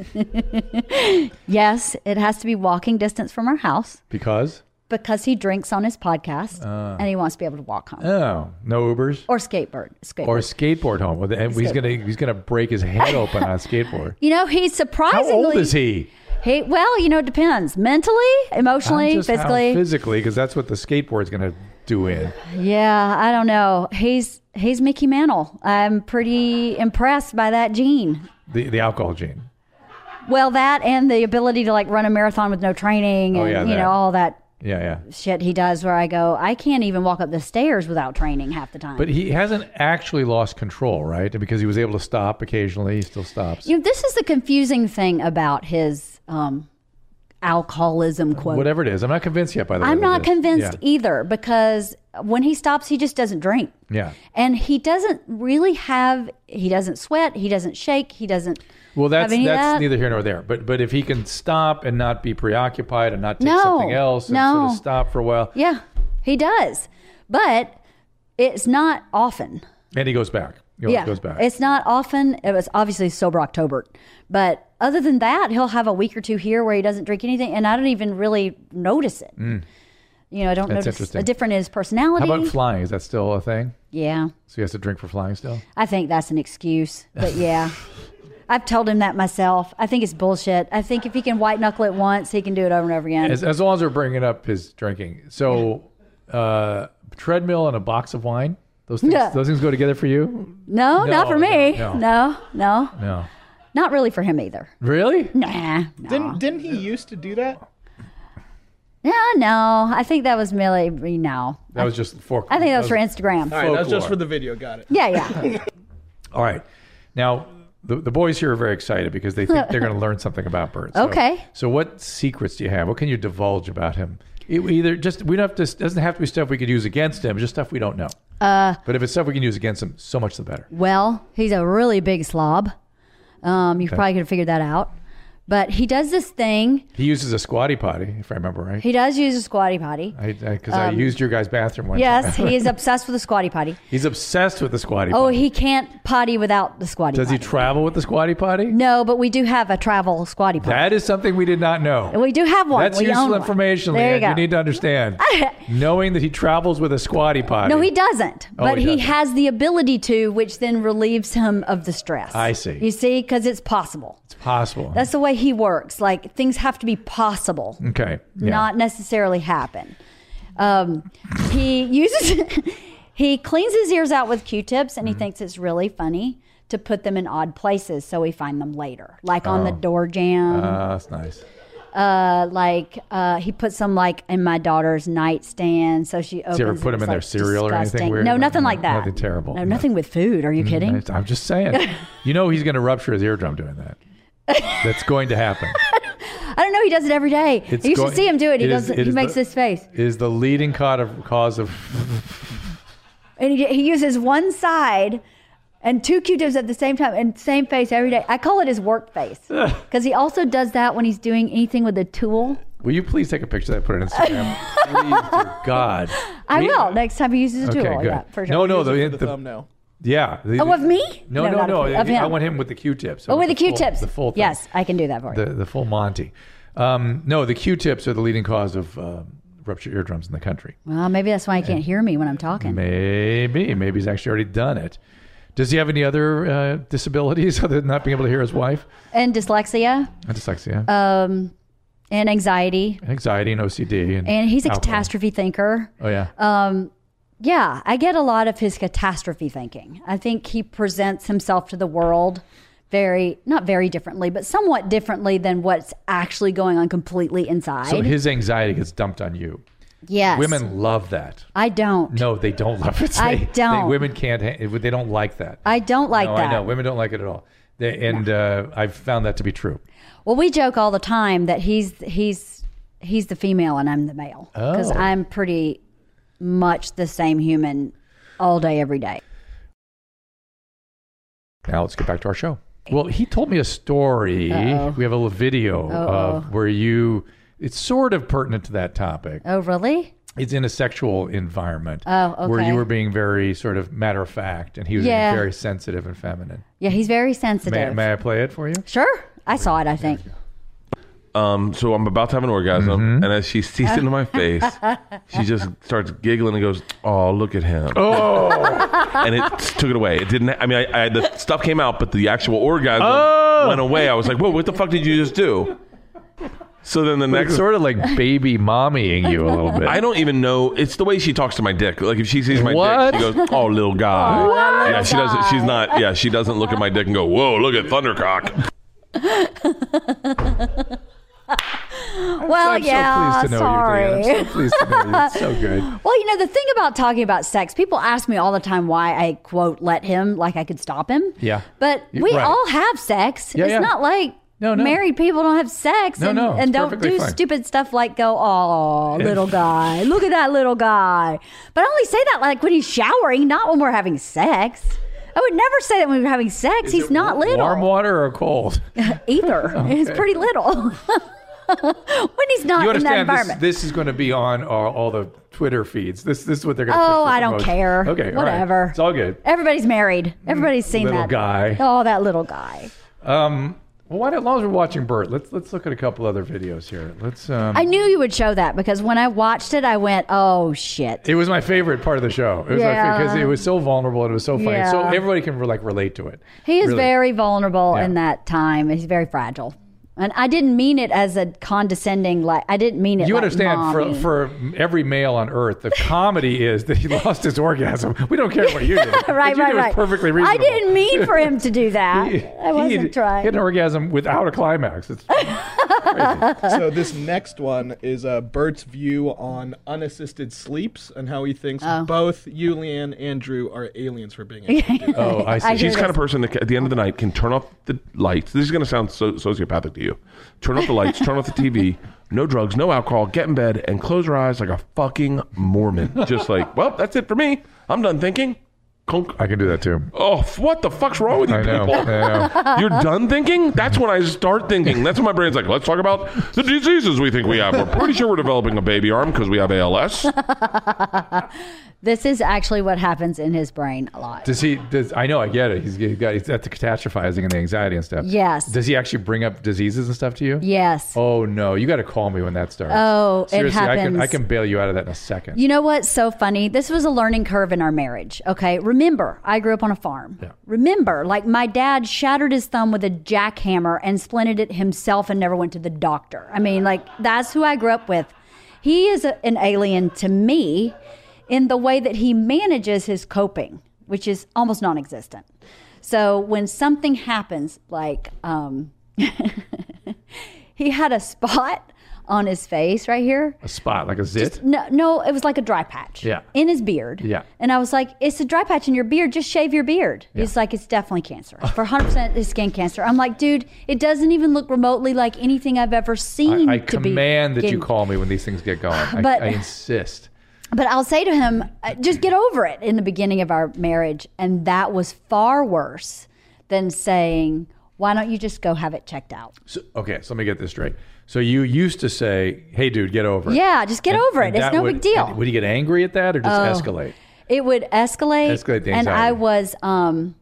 yes, it has to be walking distance from our house. because, because he drinks on his podcast Ah. and he wants to be able to walk home oh, no Ubers or skateboard. Skateboard. or skateboard home. Well, And he's Skateboard. going to he's gonna break his head open on a skateboard. you know, he's How surprisingly. old is he? He- well, you know, it depends. Mentally, I'm emotionally, just how physically. physically, because that's what the skateboard's going to do in. yeah, I don't know. He's he's Mickey Mantle. I'm pretty impressed by that gene. The, the alcohol gene. Well, that and the ability to like run a marathon with no training and Oh, yeah, you that. know all that Yeah, yeah. shit he does. Where I go, I can't even walk up the stairs without training half the time. But he hasn't actually lost control, right? Because he was able to stop occasionally. He still stops. You know, this is the confusing thing about his um, alcoholism quote. Whatever it is. I'm not convinced yet, by the way. I'm what it not is. convinced Yeah. either because when he stops, he just doesn't drink. yeah. And he doesn't really have, he doesn't sweat, he doesn't shake, he doesn't. Well, that's any that's of that? neither here nor there. But but if he can stop and not be preoccupied and not take No, something else and sort no. of stop for a while, Yeah, he does. But it's not often. and he goes back. He always Yeah. Oh, goes back. It's not often. It was obviously sober October. But other than that, he'll have a week or two here where he doesn't drink anything. And I don't even really notice it. You know, I don't Mm. That's notice interesting. a different in his How personality. about flying? Is that still a thing? yeah. So he has to drink for flying still. I think that's an excuse, but yeah. I've told him that myself. I think it's bullshit. I think if he can white knuckle it once, he can do it over and over again. As as long as we're bringing up his drinking, so uh, treadmill and a box of wine. Those things, Yeah. those things go together for you? No, no, not for me. no, No. no. no, No, Not really for him either. really? Nah. No. Didn't didn't he used to do that? no, no. I think that was merely, no. That was just for. I think that was for Instagram. All right, that's Folklore. just for the video. Got it. Yeah, yeah. All right. Now, the, the boys here are very excited because they think they're going to learn something about birds. So- Okay. So, what secrets do you have? What can you divulge about him? It, either just we don't have to. Doesn't have to be stuff we could use against him. Just stuff we don't know. Uh, but if it's stuff we can use against him, so much the better. Well, he's a really big slob. Um, you probably could have figured that out. But he does this thing. He uses a squatty potty, if I remember right. He does use a squatty potty. I because I, used your guy's bathroom one time. Yes, he is obsessed with a squatty potty. He's obsessed with the squatty. Oh, potty. he can't potty without the squatty does potty. he travel with the squatty potty? No, but we do have a travel squatty potty. That is something we did not know. we do have one. That's We own useful one. information, There you Leanne. go. You need to understand. Knowing that he travels with a squatty potty. no, he doesn't, Oh, but he he, doesn't. has the ability to, which then relieves him of the stress. I see. You see, because it's possible. It's possible. That's the way he works. Like things have to be possible, okay. Mm, Yeah. not necessarily happen. Um, he uses, he cleans his ears out with Q-tips, and Mm-hmm. he thinks it's really funny to put them in odd places so we find them later, like on Oh. the door jamb. Uh, that's nice. uh, like uh, he put some like in my daughter's nightstand, so she opens. you ever put it, them in it's, their like, cereal or anything disgusting. weird? No, nothing No, like that. nothing terrible. No, nothing with food. Are you kidding? It's- I'm just saying. you know he's going to rupture his eardrum doing that. That's going to happen. I don't know. He does it every day. It's you should going- see him do it. He it is- does. it It he is makes the- this face, It Is the leading cause of cause of and he, he uses one side and two Q-tips at the same time and same face every day. I call it his work face because he also does that when he's doing anything with a tool. Will you please take a picture of that and put it on Instagram? please, dear God. I We- will next time he uses a Okay, tool. good. Yeah, for sure. No, no, Use it the, for the, the- thumbnail. yeah. the- Oh, of me? No, no, not no. Of, I, of him. I want him with the Q-tips. Oh, with the Q-tips. Full, the full thing. Yes, I can do that for you. the the full Monty. Um, no, the Q-tips are the leading cause of um ruptured eardrums in the country. Well, maybe that's why he can't hear me when I'm talking. Maybe. Maybe he's actually already done it. Does he have any other uh, disabilities other than not being able to hear his wife? And dyslexia And dyslexia, Uh, and anxiety. and anxiety, and OCD. And, And he's a alcohol. catastrophe Uh, thinker. Oh, yeah. Yeah, I get a lot of his catastrophe thinking. I think he presents himself to the world very, not very differently, but somewhat differently than what's actually going on completely inside. so his anxiety gets dumped on you. yes. Women love that. I don't. No, they don't love it. I They- don't. they- women can't. ha- They don't like that. I don't like no, that. I know. Women don't like it at all. They, and uh, I've found that to be true. Well, we joke all the time that he's he's he's the female and I'm the male because Oh. I'm pretty much the same human all day every day. Now let's get back to our show. Well, he told me a story. Uh-oh. We have a little video of where you. It's sort of pertinent to that topic. Oh, really? It's in a sexual environment Oh, where okay. you were being very sort of matter of fact, and he was being Yeah. very sensitive and feminine. Yeah, he's very May, sensitive. may I play it for you? Sure, I saw it. I think. Um, so I'm about to have an orgasm, and as she sees it in my face, she just starts giggling and goes, "Oh, look at him!" Oh, and it took it away. It didn't. I mean, I, I the stuff came out, but the actual orgasm went away. I was like, "Whoa, what the fuck did you just do?" So then the It's next. sort of like baby mommying you a little bit. I don't even know. It's the way she talks to my dick. Like if she sees my What? dick, she goes, "Oh, little guy." yeah, she doesn't. She's not. Yeah, she doesn't look at my dick and go, "Whoa, look at Thundercock." Well, I'm yeah. so pleased to know sorry. you, Dan. I'm so pleased to know you. It's so good. Well, you know, the thing about talking about sex, people ask me all the time why I quote let him, like I could stop him. Yeah. But Y- we right. all have sex. Yeah, it's yeah. not like No, no. married people don't have sex No, and, no, it's and don't perfectly do fine. stupid stuff like go, oh, little guy, look at that little guy. But I only say that like when he's showering, not when we're having sex. I would never say that when we're having sex. He's not little Warm water or cold? either. He's pretty little. when You he's not in that understand this, environment. this is going to be on all, all the Twitter feeds. This this is what they're going to. Oh, I don't care. Okay, all right. Whatever. It's all good. Everybody's married. Everybody's seen Mm, little that guy. Oh, that little guy. Um, well, why, don't- as long as we're watching Bert, let's let's look at a couple other videos here. Let's. Um, I knew you would show that because when I watched it, I went, "Oh shit." it was my favorite part of the show. It was Yeah. because it was so vulnerable and it was so funny. So Yeah. everybody can like relate to it. He is Really. very vulnerable Yeah. in that time. He's very fragile, and I didn't mean it as a condescending. Like I didn't mean it. You like, understand for, mommy. for every male on earth, the comedy is that he lost his orgasm. We don't care what you did. What right, you right, did was right. perfectly reasonable. I didn't mean for him to do that. He- I wasn't he trying. Hit an orgasm without a climax. It's So this next one is uh, Bert's view on unassisted sleeps and how he thinks Oh. both you, Leanne, and Drew are aliens for being able to do that. Oh, I see. I hear She's the kind of person that ca- at the end of the night can turn off the lights. This is going to sound so sociopathic to you. Turn off the lights, turn off the TV, no drugs, no alcohol, get in bed, and close her eyes like a fucking Mormon. Just like, well, that's it for me. I'm done thinking. Conk. I can do that too. Oh, f- what the fuck's wrong with you I know. people? I know. You're done thinking? That's when I start thinking. That's when my brain's like, let's talk about the diseases we think we have. We're pretty sure we're developing a baby arm because we have ALS. this is actually what happens in his brain a lot. Does he? Does I know? I get it. He's, he's got he's at the catastrophizing and the anxiety and stuff. Yes. Does he actually bring up diseases and stuff to you? yes. Oh no! You got to call me when that starts. Oh, it Seriously, I can happens. I can bail you out of that in a second. You know what's so funny? This was a learning curve in our marriage. Okay. Remember, I grew up on a farm. Remember, like my dad shattered his thumb with a jackhammer and splinted it himself and never went to the doctor. I mean, like that's who I grew up with. He is a, an alien to me in the way that he manages his coping, which is almost non existent. So when something happens, like, um, he had a spot on his face right here a spot like a zit. no, no, it was like a dry patch. Yeah. In his beard. Yeah. And I was like, it's a dry patch in your beard. Just shave your beard. He's like, it's definitely cancer. For 100% it's skin cancer. I'm like, dude, it doesn't even look remotely like anything I've ever seen. I, I to command be that you getting- call me when these things get going. I, But- I insist. But I'll say to him, uh, just get over it in the beginning of our marriage. And that was far worse than saying, why don't you just go have it checked out? So, okay, so let me get this straight. So you used to say, "Hey, dude, get over it." Yeah, just get And- over and it. It's that no would- big deal. Oh. and Would you get angry at that or just escalate? It would escalate. Escalate the And anxiety. I was, um,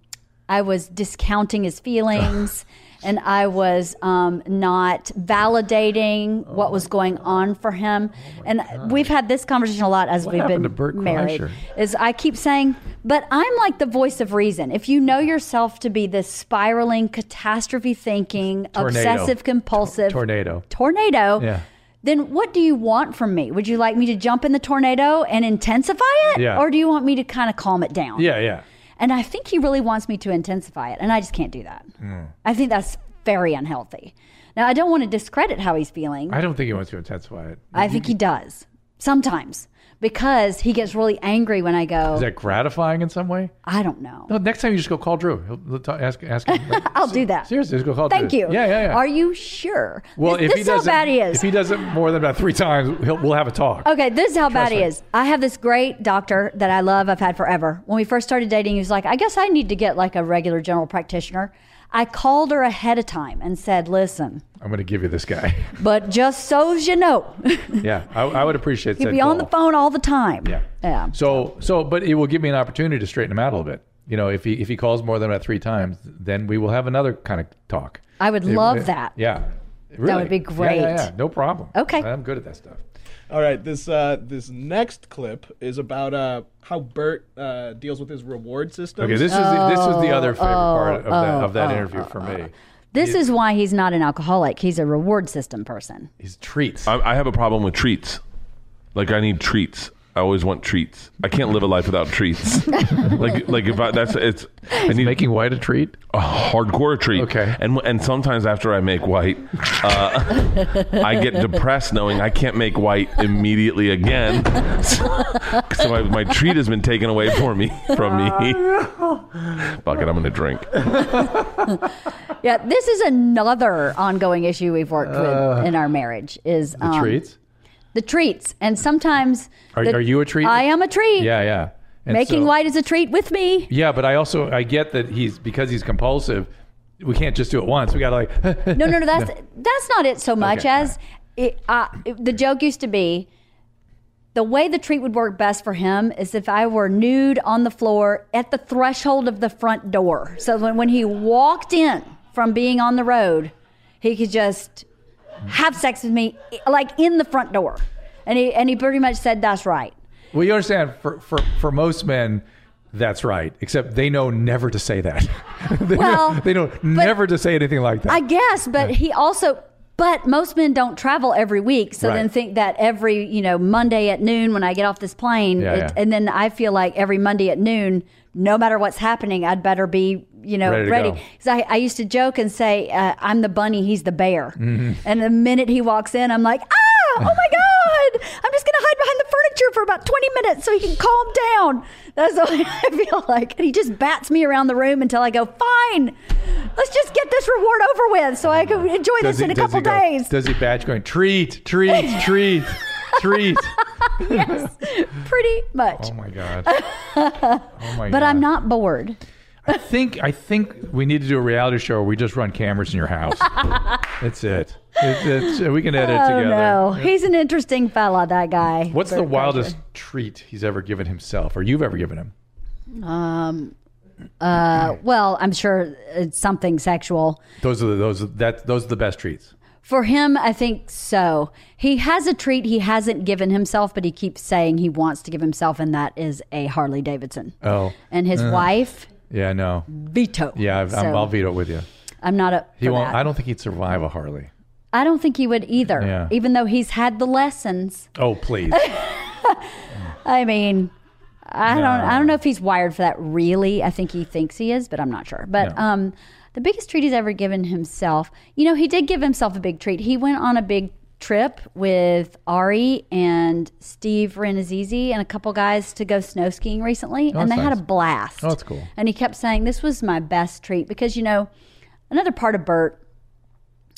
I was discounting his feelings. And I was um, not validating what was going on for him, and we've had this conversation a lot as we've been Oh happened to Bert married. Kreischer? Is I keep saying, but I'm like the voice of reason. If you know yourself to be this spiraling, catastrophe thinking, Tornado. obsessive compulsive Tornado. tornado, Yeah. then what do you want from me? Would you like me to jump in the tornado and intensify it? Yeah. Or do you want me to kind of calm it down? Yeah, yeah. And I think he really wants me to intensify it, and I just can't do that. Hmm. I think that's very unhealthy. Now, I don't want to discredit how he's feeling. I don't think he wants to intensify it. I think he does sometimes because he gets really angry when I go, Is that gratifying in some way? I don't know. No, next time you just go call Drew. He'll, he'll ta- ask ask him. I'll do that. Seriously, just go call Thank Drew. you. Yeah, yeah, yeah. Are you sure? well, this, if this he is how doesn't, bad he is. Oh. If he doesn't more than about three times, he'll, we'll have a talk. Okay, this is how bad he me. is. I have this great doctor that I love, I've had forever. When we first started dating, he was like, I guess I need to get like a regular general practitioner. I called her ahead of time and said, Listen, I'm going to give you this guy. but just so's you know, yeah, I, I would appreciate. he'd said be on the call. phone all the time. Yeah. Yeah. So so, but it will give me an opportunity to straighten him out a little bit. You know, if he if he calls more than about three times, then we will have another kind of talk. I would It- love it- that. Yeah. Really. would be Yeah, great. Yeah, yeah, no problem. Okay. I'm good at that stuff. All right, this uh, this next clip is about uh, how Bert uh, deals with his reward system. Okay, this is the, this was the Oh, other favorite part of that, of that interview for me. This is why he's not an alcoholic. He's a reward system person. His treats. I, I have a problem with treats. Like I need treats. I always want treats. I can't live a life without treats. like like if I, that's it's I need Making white a treat. a hardcore treat. Okay. And and sometimes after I make white, uh, I get depressed knowing I can't make white immediately again. So, so my, my treat has been taken away for me from me. Fuck it, I'm gonna drink. Yeah, this is another ongoing issue we've worked with in our marriage is Uh, The um, treats. The treats. And sometimes Are- the- are you a treat? I am a treat. Yeah, yeah. And Making so- white is a treat with me. Yeah, but I also I get that he's because he's compulsive. We can't just do it once. We got to like. No, no, no. That's that's not it so much Okay, as it, uh, it- the joke used to be. The way the treat would work best for him is if I were nude on the floor at the threshold of the front door. So when, when he walked in from being on the road, he could just have sex with me like in the front door. And he and he pretty much said that's right. well, you understand for for for most men. That's right. Except they know never to say that. they Well, know, they know never to say anything like that. I guess, but he also. But most men don't travel every week, so then Right. think that every you know Monday at noon when I get off this plane, Yeah, it, yeah. and then I feel like every Monday at noon, no matter what's happening, I'd better be you know Ready to ready. go. Because I, I used to joke and say uh, I'm the bunny, he's the bear, Mm-hmm. and the minute he walks in, I'm like ah, oh my god, I'm just gonna hide behind the furniture for about 20 minutes so he can calm down. That's the way I feel like, and he just bats me around the room until I go fine. Let's just get this reward over with so I can enjoy this in a couple go- days. does he badge going treat, treat, treat, treat? Pretty much. Oh my god! Oh my god! but I'm not bored. I think I think we need to do a reality show where we just run cameras in your house. That's it. It's, it's, we can edit Oh together. no. He's an interesting fella, that guy. What's the Bert wildest treat he's ever given himself, or you've ever given him? Kreischer. Well, I'm sure it's something sexual. Those are the, those are- that those are the best treats. For him, I think so. He has a treat he hasn't given himself, but he keeps saying he wants to give himself, and that is a Harley Davidson. Oh, And his wife, yeah, no, veto. yeah, I've, I'm, So, I'll veto it with you. I'm not up. He for won't. that. I don't think he'd survive a Harley. I don't think he would either, Yeah. even though he's had the lessons. Oh, please. I mean, I No. don't I don't know if he's wired for that really. I think he thinks he is, but I'm not sure. But No. um the biggest treat he's ever given himself, you know, he did give himself a big treat. He went on a big trip with Ari and Steve Renazizi and a couple guys to go snow skiing recently and Oh, they that's had a nice. blast. Oh, that's cool. And he kept saying this was my best treat because you know, another part of Bert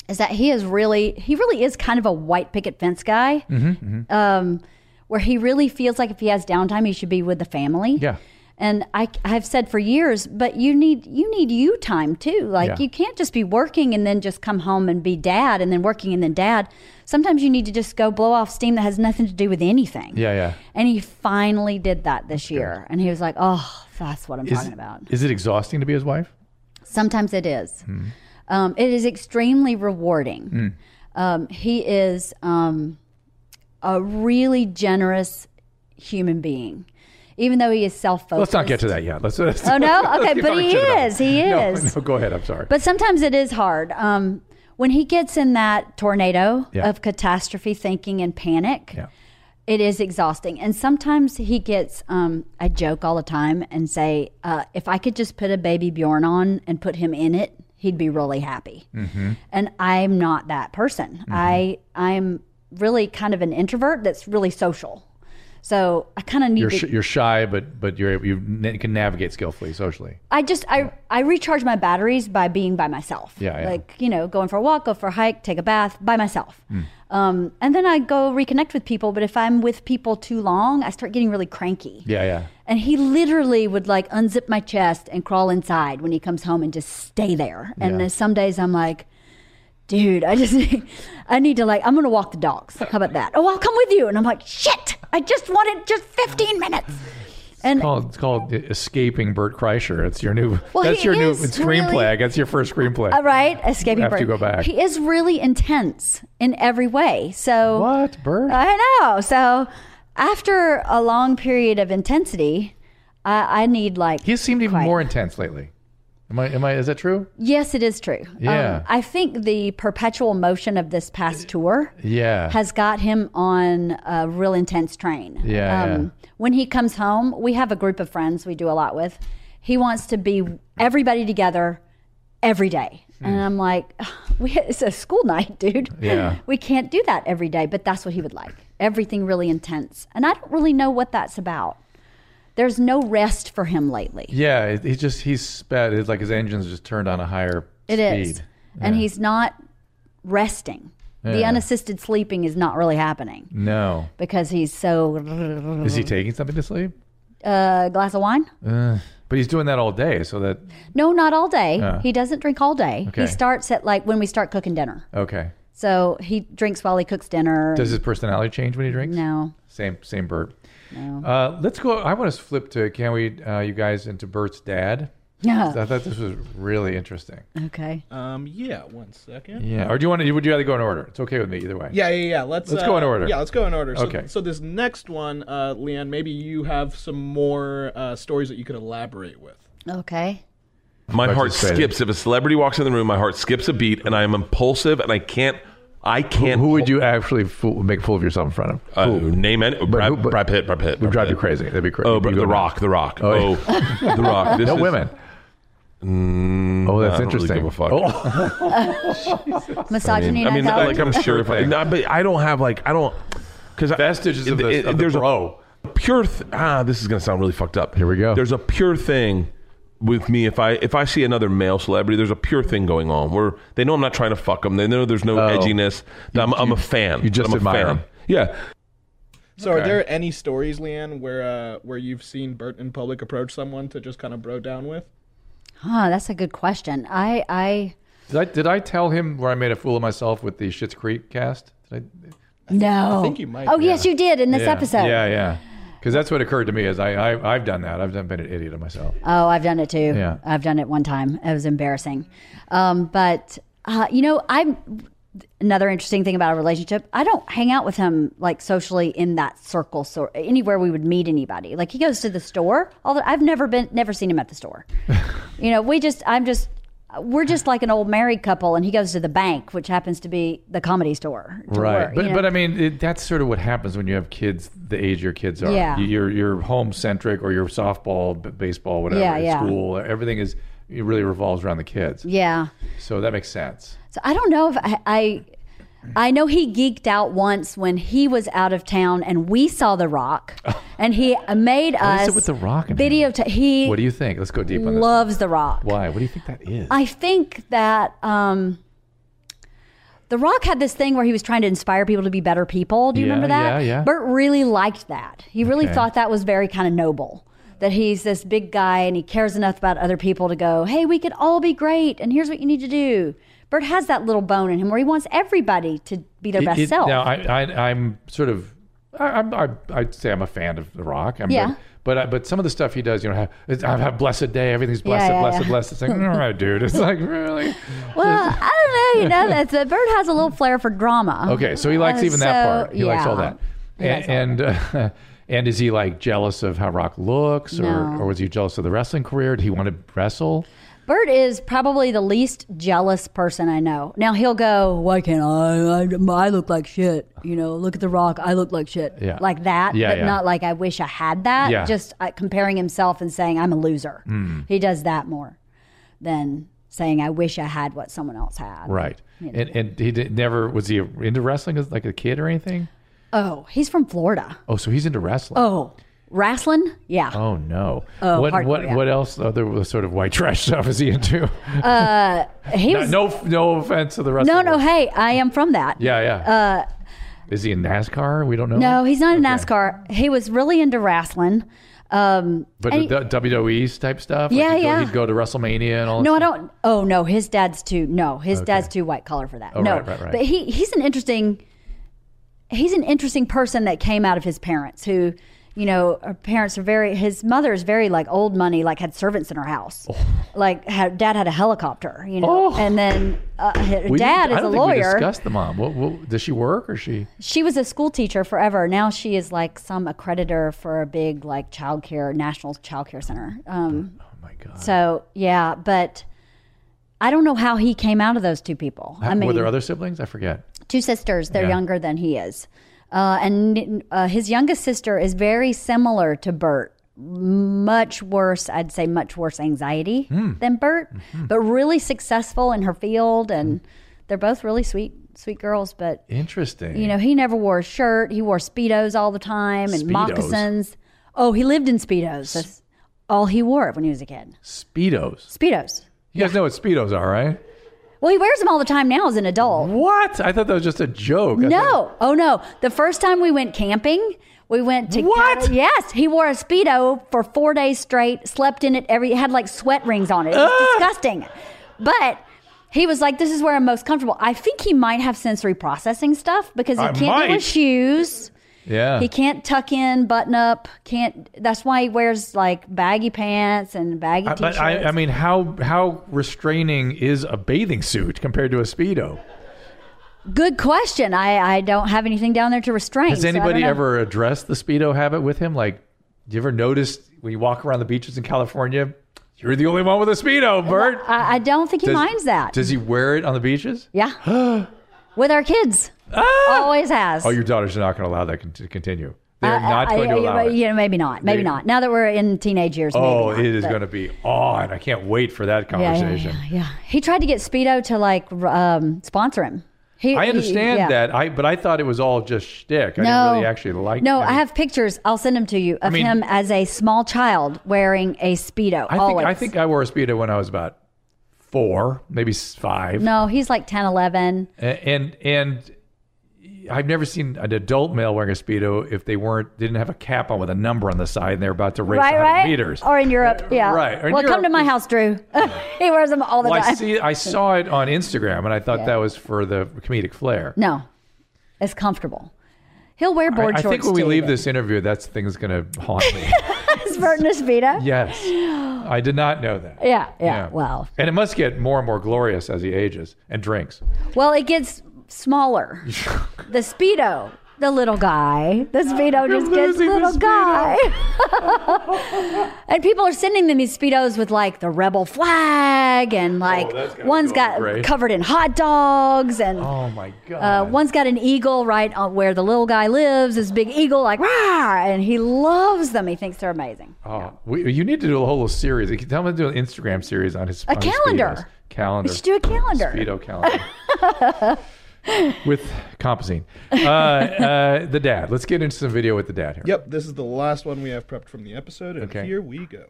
is that he is really he really is kind of a white picket fence guy Mm-hmm, um, where he really feels like if he has downtime he should be with the family Yeah. and I, i've said for years but you need you need you time too like Yeah. you can't just be working and then just come home and be dad and then working and then dad sometimes you need to just go blow off steam that has nothing to do with anything Yeah, yeah. and he finally did that this year and he was like oh that's what i'm Is, talking about is it exhausting to be his wife? Sometimes it is. Hmm. Um, it is extremely rewarding. Um, he is um, a really generous human being, even though he is self focused. Let's not get to that yet. Let's. let's Oh, no? Okay, keep but our he shit up. is. He No, is. No, go ahead. I'm sorry. But sometimes it is hard. Um, when he gets in that tornado Yeah. of catastrophe thinking and panic, Yeah. it is exhausting. And sometimes he gets, um, I joke all the time and say, uh, if I could just put a baby Bjorn on and put him in it, he'd be really happy. Mm-hmm. And I'm not that person. I I'm really kind of an introvert that's really social. So I kind of need You're, to sh- you're shy, but but you're you na- can navigate skillfully socially. I just I I recharge my batteries by being by myself. Yeah, yeah. Like you know, going for a walk, go for a hike, take a bath by myself, Hmm. um, and then I go reconnect with people. But if I'm with people too long, I start getting really cranky. Yeah, yeah. And he literally would like unzip my chest and crawl inside when he comes home and just stay there. And Yeah. then some days I'm like, dude, I just need, I need to like I'm gonna walk the dogs. How about that? Oh, I'll come with you. And I'm like, shit, I just wanted just 15 minutes. And Called, it's called Escaping Bert Kreischer. It's your new. Well, that's he your new is screenplay. really- That's your first screenplay. Uh, right? Escaping Have to Bert. go back. He is really intense in every way. So What Bert? I know. So after a long period of intensity, I, I need like He seemed even quiet. more intense lately. Am I? Am I? Is that true? Yes, it is true. Um, Yeah. I think the perpetual motion of this past tour Yeah. has got him on a real intense train. Um, Yeah, When he comes home, we have a group of friends we do a lot with. He wants to be everybody together every day. Hmm. And I'm like, we, it's a school night, dude. Yeah. We can't do that every day, but that's what he would like. Everything really intense. And I don't really know what that's about. There's no rest for him lately. yeah. it- He just he's sped. It's like his engine's just turned on a higher It speed. is. And he's not resting. The Yeah. unassisted sleeping is not really happening No. because he's so Is Mm-hmm. he taking something to sleep? uh, glass of wine. But he's doing that all day, so that No, not all day. Uh. he doesn't drink all day. Okay. He starts at like when we start cooking dinner. okay. So he drinks while he cooks dinner. Does his personality change when he drinks? no. Same same Bert. Uh, let's go. I want to flip to can we uh, you guys into Bert's dad? I Yeah. thought this was really interesting. okay. Um, yeah, one second. Yeah. Or do you want to? Would you rather go in order? It's okay with me either way. Yeah, yeah, yeah. Let's Let's uh, go in order. Yeah, let's go in order. So, Okay. So this next one, uh, Leanne, maybe you have some more uh, stories that you could elaborate with. Okay. My heart Participated. skips if a celebrity walks in the room. My heart skips a beat, and I am impulsive, and I can't. I can't. Who would you actually fool, make fool of yourself in front of? uh, name any? Brad, who- but- Brad Pitt. Brad Pitt. would Brad drive you Pitt. crazy. That'd be crazy. Oh, Br- You the go back. Rock. The Rock. Oh, Oh, the Rock. This No is- women. oh, that's I don't really interesting. give a fuck. Oh, Misogyny. I mean, not like I'm sure if I, Everything. no, but I don't have like I don't because Vestiges of the- of the there's bro. a pure th- ah. This is gonna sound really fucked up. Here we go. There's a pure thing with me if I if I see another male celebrity. There's a pure thing going on where they know I'm not trying to fuck them. They know there's no edginess. I'm, I'm a fan. you just I'm a admire fan. 'em. Yeah. So, are there any stories, Leanne, where uh, where you've seen Bert in public approach someone to just kind of bro down with? Huh, that's a good question. I, I, did I did I tell him where I made a fool of myself with the Schitt's Creek cast? Did I, no. I think you might, Oh, yes, you did in this yeah. episode. Yeah, yeah. Because that's what occurred to me is I, I I've done that. I've done been an idiot of myself. Oh, I've done it too. Yeah. I've done it one time. It was embarrassing. Um, but, uh, you know, I'm another interesting thing about a relationship. I don't hang out with him like socially in that circle. So anywhere we would meet anybody, like he goes to the store, although I've never been, never seen him at the store. you know, we just, I'm just, we're just like an old married couple and he goes to the bank, which happens to be the comedy store. to work, But you know? but I mean it, that's sort of what happens when you have kids the age your kids are. Yeah. You- You're you're home centric or you're softball, b- baseball, whatever. Yeah, at yeah. School. Everything is it really revolves around the kids. yeah. So that makes sense. So I don't know if I, I I know he geeked out once when he was out of town and we saw The Rock, and he made Oh. is us it with The Rock and video. ta- he What do you think? Let's go deep on this. one. loves The Rock. Why? What do you think that is? I think that um, The Rock had this thing where he was trying to inspire people to be better people. Do you Yeah, remember that? yeah, yeah. Bert really liked that. He really Okay. thought that was very kind of noble. That he's this big guy and he cares enough about other people to go, hey, we could all be great, and here's what you need to do. Bert has that little bone in him where he wants everybody to be their It- best it- self. Now I, I I'm sort of I, I'm I, I'd say I'm a fan of The Rock. I'm Yeah. but- But, But I, but some of the stuff he does, you know, have, it's, I have blessed day, everything's Yeah, blessed, yeah, blessed, yeah. blessed. It's like, all right, dude. It's like really. Well, I don't know. You know, that's the bird has a little flair for drama. Okay, so he likes Uh, even that so, part. He likes all yeah. that. He likes all And and, uh, and is he like jealous of how Rock looks, or No. or was he jealous of the wrestling career? Did he want to wrestle? Bert is probably the least jealous person I know. Now he'll go, "Why can't I? I, I look like shit." You know, look at the Rock. I look like shit. Yeah. Like that, Yeah, but yeah. not like I wish I had that. Yeah. Hmm. Just uh, comparing himself and saying I'm a loser. He does that more than saying I wish I had what someone else had. Right. And and he did, never was he into wrestling as like a kid or anything? Oh, he's from Florida. Oh, so he's into wrestling. Oh, wrestling? Yeah. Oh no! Oh, what hardcore, what yeah. what else other sort of white trash stuff is he into? he no, was, no no offense to the wrestling. no, no. world. Hey, I am from that. Uh, Yeah, yeah. is he in NASCAR? We don't know. No, he's not in NASCAR. He was really into wrestling. Um, But and he- the WWE's type stuff. Yeah, he'd go, yeah. He'd go to WrestleMania and all. no, that I stuff? don't. Oh no, his dad's too. No, his dad's too white collar for that. no, Oh, right, right, right. but he he's an interesting. He's an interesting person that came out of his parents who. You know, her parents are very. His mother is very like old money. Like had servants in her house. Like had, dad had a helicopter. You know, Oh. and then uh, her We didn't- dad I is a don't think We lawyer. discussed the mom. What, what, does she work or she? She was a school teacher forever. Now she is like some accreditor for a big like childcare national childcare center. Um, Oh my god. so yeah, but I don't know how he came out of those two people. I mean, were there other siblings? I forget. two sisters. They're Yeah. younger than he is, uh, and uh, his youngest sister is very similar to Bert. Much worse, I'd say, much worse anxiety Hmm. than Bert, Mm-hmm. but really successful in her field, Hmm. and they're both really sweet, sweet girls. But Interesting. you know, he never wore a shirt. He wore speedos all the time and Speedos? moccasins. Oh, he lived in speedos. That's all he wore when he was a kid. speedos. Speedos. You guys know what speedos are, right? Well, he wears them all the time now as an adult. What? I thought that was just a joke. I thought- No, oh no. The first time we went camping, we went to What? Yes, he wore a speedo for four days straight. Slept in it every. It had like sweat rings on it. It was disgusting, but. He was like, "This is where I'm most comfortable." I think he might have sensory processing stuff because he I can't might. go with shoes. yeah. He can't tuck in, button up. Can't. That's why he wears like baggy pants and baggy I- t-shirts. but I, I mean, how how restraining is a bathing suit compared to a speedo? good question. I, I don't have anything down there to restrain. Has so I don't anybody know. ever addressed the speedo habit with him? Like, do you ever notice when you walk around the beaches in California, you're the only one with a speedo, Bert? I, I don't think he Does- minds that. Does he wear it on the beaches? yeah. With our kids, always has. Oh, your daughters are not going to allow that con- to continue. They're I- not I- going I- to allow it. You know, maybe not. Maybe They- not. Now that we're in teenage years. Oh, maybe not, it is but- going to be on. I can't wait for that Yeah, yeah, conversation. yeah, yeah. He tried to get Speedo to like r- um, sponsor him. He, I he- understand yeah. that, I but I thought it was all just shtick. I didn't really actually like. No, it. I have pictures. I'll send them to you of mean- him as a small child wearing a speedo. I think, always. I think I wore a speedo when I was about four, maybe s- five, No, he's like 10, 11. A- and and I've never seen an adult male wearing a speedo if they weren't didn't have a cap on with a number on the side and they're about to race Right, 100 right. meters. Or in Europe, yeah. right. Or in Well, come Europe, to my house, Drew. he wears them all the Well, I time. see. I saw it on Instagram, and I thought that was for the comedic flair. No, it's comfortable. He'll wear I, board I shorts. think when we too, leave then. this interview, that's the thing's going to haunt me. It's Burton and Speedo. yes, I did not know that. Yeah, yeah, Well, and it must get more and more glorious as he ages and drinks. well, it gets smaller. the Speedo, the little guy. The Speedo just gets losing the little Speedo. guy. and people are sending them these Speedos with like the rebel flag Oh, and like that's gotta one's go got great. covered in hot dogs and Oh my god! uh, one's got an eagle right on where the little guy lives, this big eagle like rah, and he loves them. He thinks they're amazing. oh, we, you need to do a whole series. You can Tell him to do an Instagram series on his A on his calendar. Speedos. calendar. We should do a calendar. Speedo calendar. with compazine. Uh, uh, the dad. Let's get into some video with the dad here. Yep, this is the last one we have prepped from the episode, and Okay. here we go.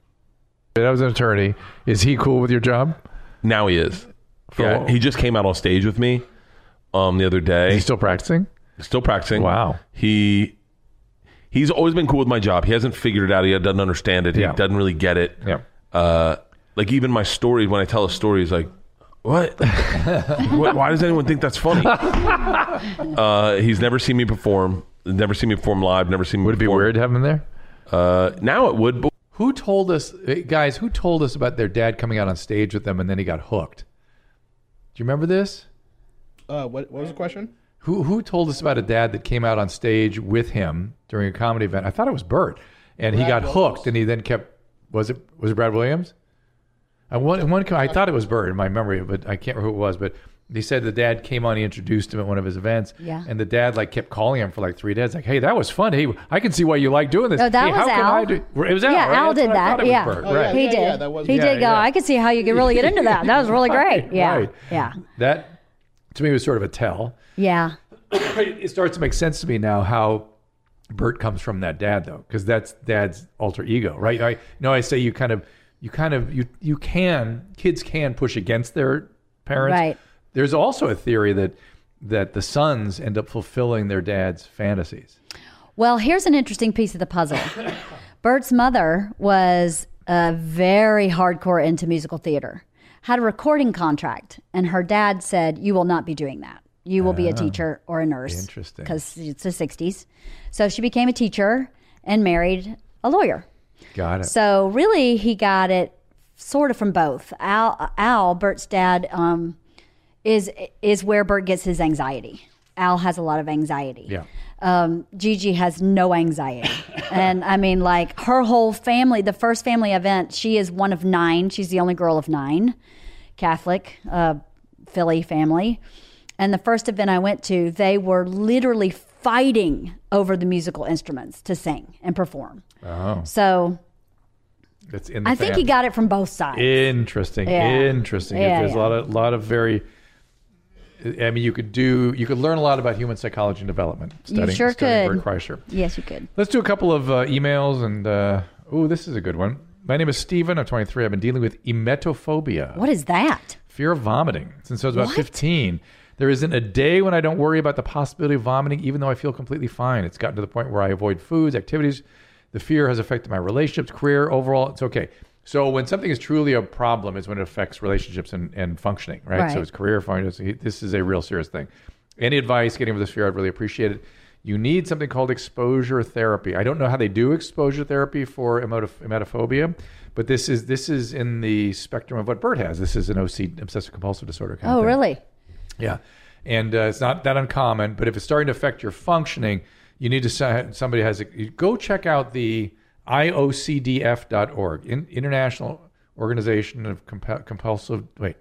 That was an attorney. Is he cool with your job? Now he is. Cool. Yeah, he just came out on stage with me um the other day. Is he still practicing? still practicing. Wow. He he's always been cool with my job. He hasn't figured it out. He doesn't understand it. Yeah. He doesn't really get it. Yeah. Uh, like even my story when I tell a story, he's like, "What? Why- Why does anyone think that's funny?" uh, he's never seen me perform. Never seen me perform live. Never seen me. Would it be perform. weird to have him there? Uh, now it would, but Who told us, eh, guys? Who told us about their dad coming out on stage with them and then he got hooked? Do you remember this? Uh, what, what was the question? Who who told us about a dad that came out on stage with him during a comedy event? I thought it was Bert, and he got hooked, and he then kept. Was it was it Brad Williams? I one, one I thought it was Bert in my memory, but I can't remember who it was. But he said the dad came on, he introduced him at one of his events, Yeah. and the dad like kept calling him for like three days, like, "Hey, that was fun. Hey, I can see why you like doing this. Oh, that hey, was how can Al. I do? It was Al. yeah, right? Al That's did what I thought that. it was yeah. Bert, Oh, right? yeah, He yeah, did. yeah, that was he Bert. did go. Yeah, yeah. I could see how you could really get into that. That was really great. yeah. right. Yeah. That to me was sort of a tell. Yeah. it starts to make sense to me now how Bert comes from that dad though, because that's dad's alter ego, right? I you know I say you kind of you kind of you you can kids can push against their parents. Right. There's also a theory that that the sons end up fulfilling their dad's fantasies. Well, here's an interesting piece of the puzzle. Bert's mother was uh, very hardcore into musical theater, had a recording contract, and her dad said, You will not be doing that. You will be a teacher or a nurse. Ah. Interesting. Because it's the 60s. So she became a teacher and married a lawyer. Got it. So really, he got it sort of from both. Al, Al Bert's dad, um, is is where Bert gets his anxiety. Al has a lot of anxiety. Yeah. Um, Gigi has no anxiety, and I mean, like her whole family. The first family event, she is one of nine. She's the only girl of nine, Catholic, uh, Philly family. And the first event I went to, they were literally fighting over the musical instruments to sing and perform. oh, So that's in. The I think he family. got it from both sides. Interesting. Yeah. Interesting. Yeah, There's yeah. a lot of lot of very. I mean, you could do you could learn a lot about human psychology and development. Studying, sure studying could. Bert Kreischer. yes, you could. Let's do a couple of uh, emails and uh, oh, this is a good one. My name is Steven. I'm 23. I've been dealing with emetophobia, What is that? fear of vomiting, since I was about What? 15. There isn't a day when I don't worry about the possibility of vomiting, even though I feel completely fine. It's gotten to the point where I avoid foods, activities. The fear has affected my relationships, career, overall. It's okay. So when something is truly a problem, is when it affects relationships and, and functioning, right? Right. So it's career finding. This is a real serious thing. Any advice getting over this fear, I'd really appreciate it. You need something called exposure therapy. I don't know how they do exposure therapy for emotif- emetophobia, but this is this is in the spectrum of what Bert has. This is an OC obsessive compulsive disorder. Kind Oh, of thing. really? Yeah, and uh, it's not that uncommon. But if it's starting to affect your functioning, you need to si- somebody has a, you go check out the iocdf.org, in, International Organization of Compu- Compulsive. Wait,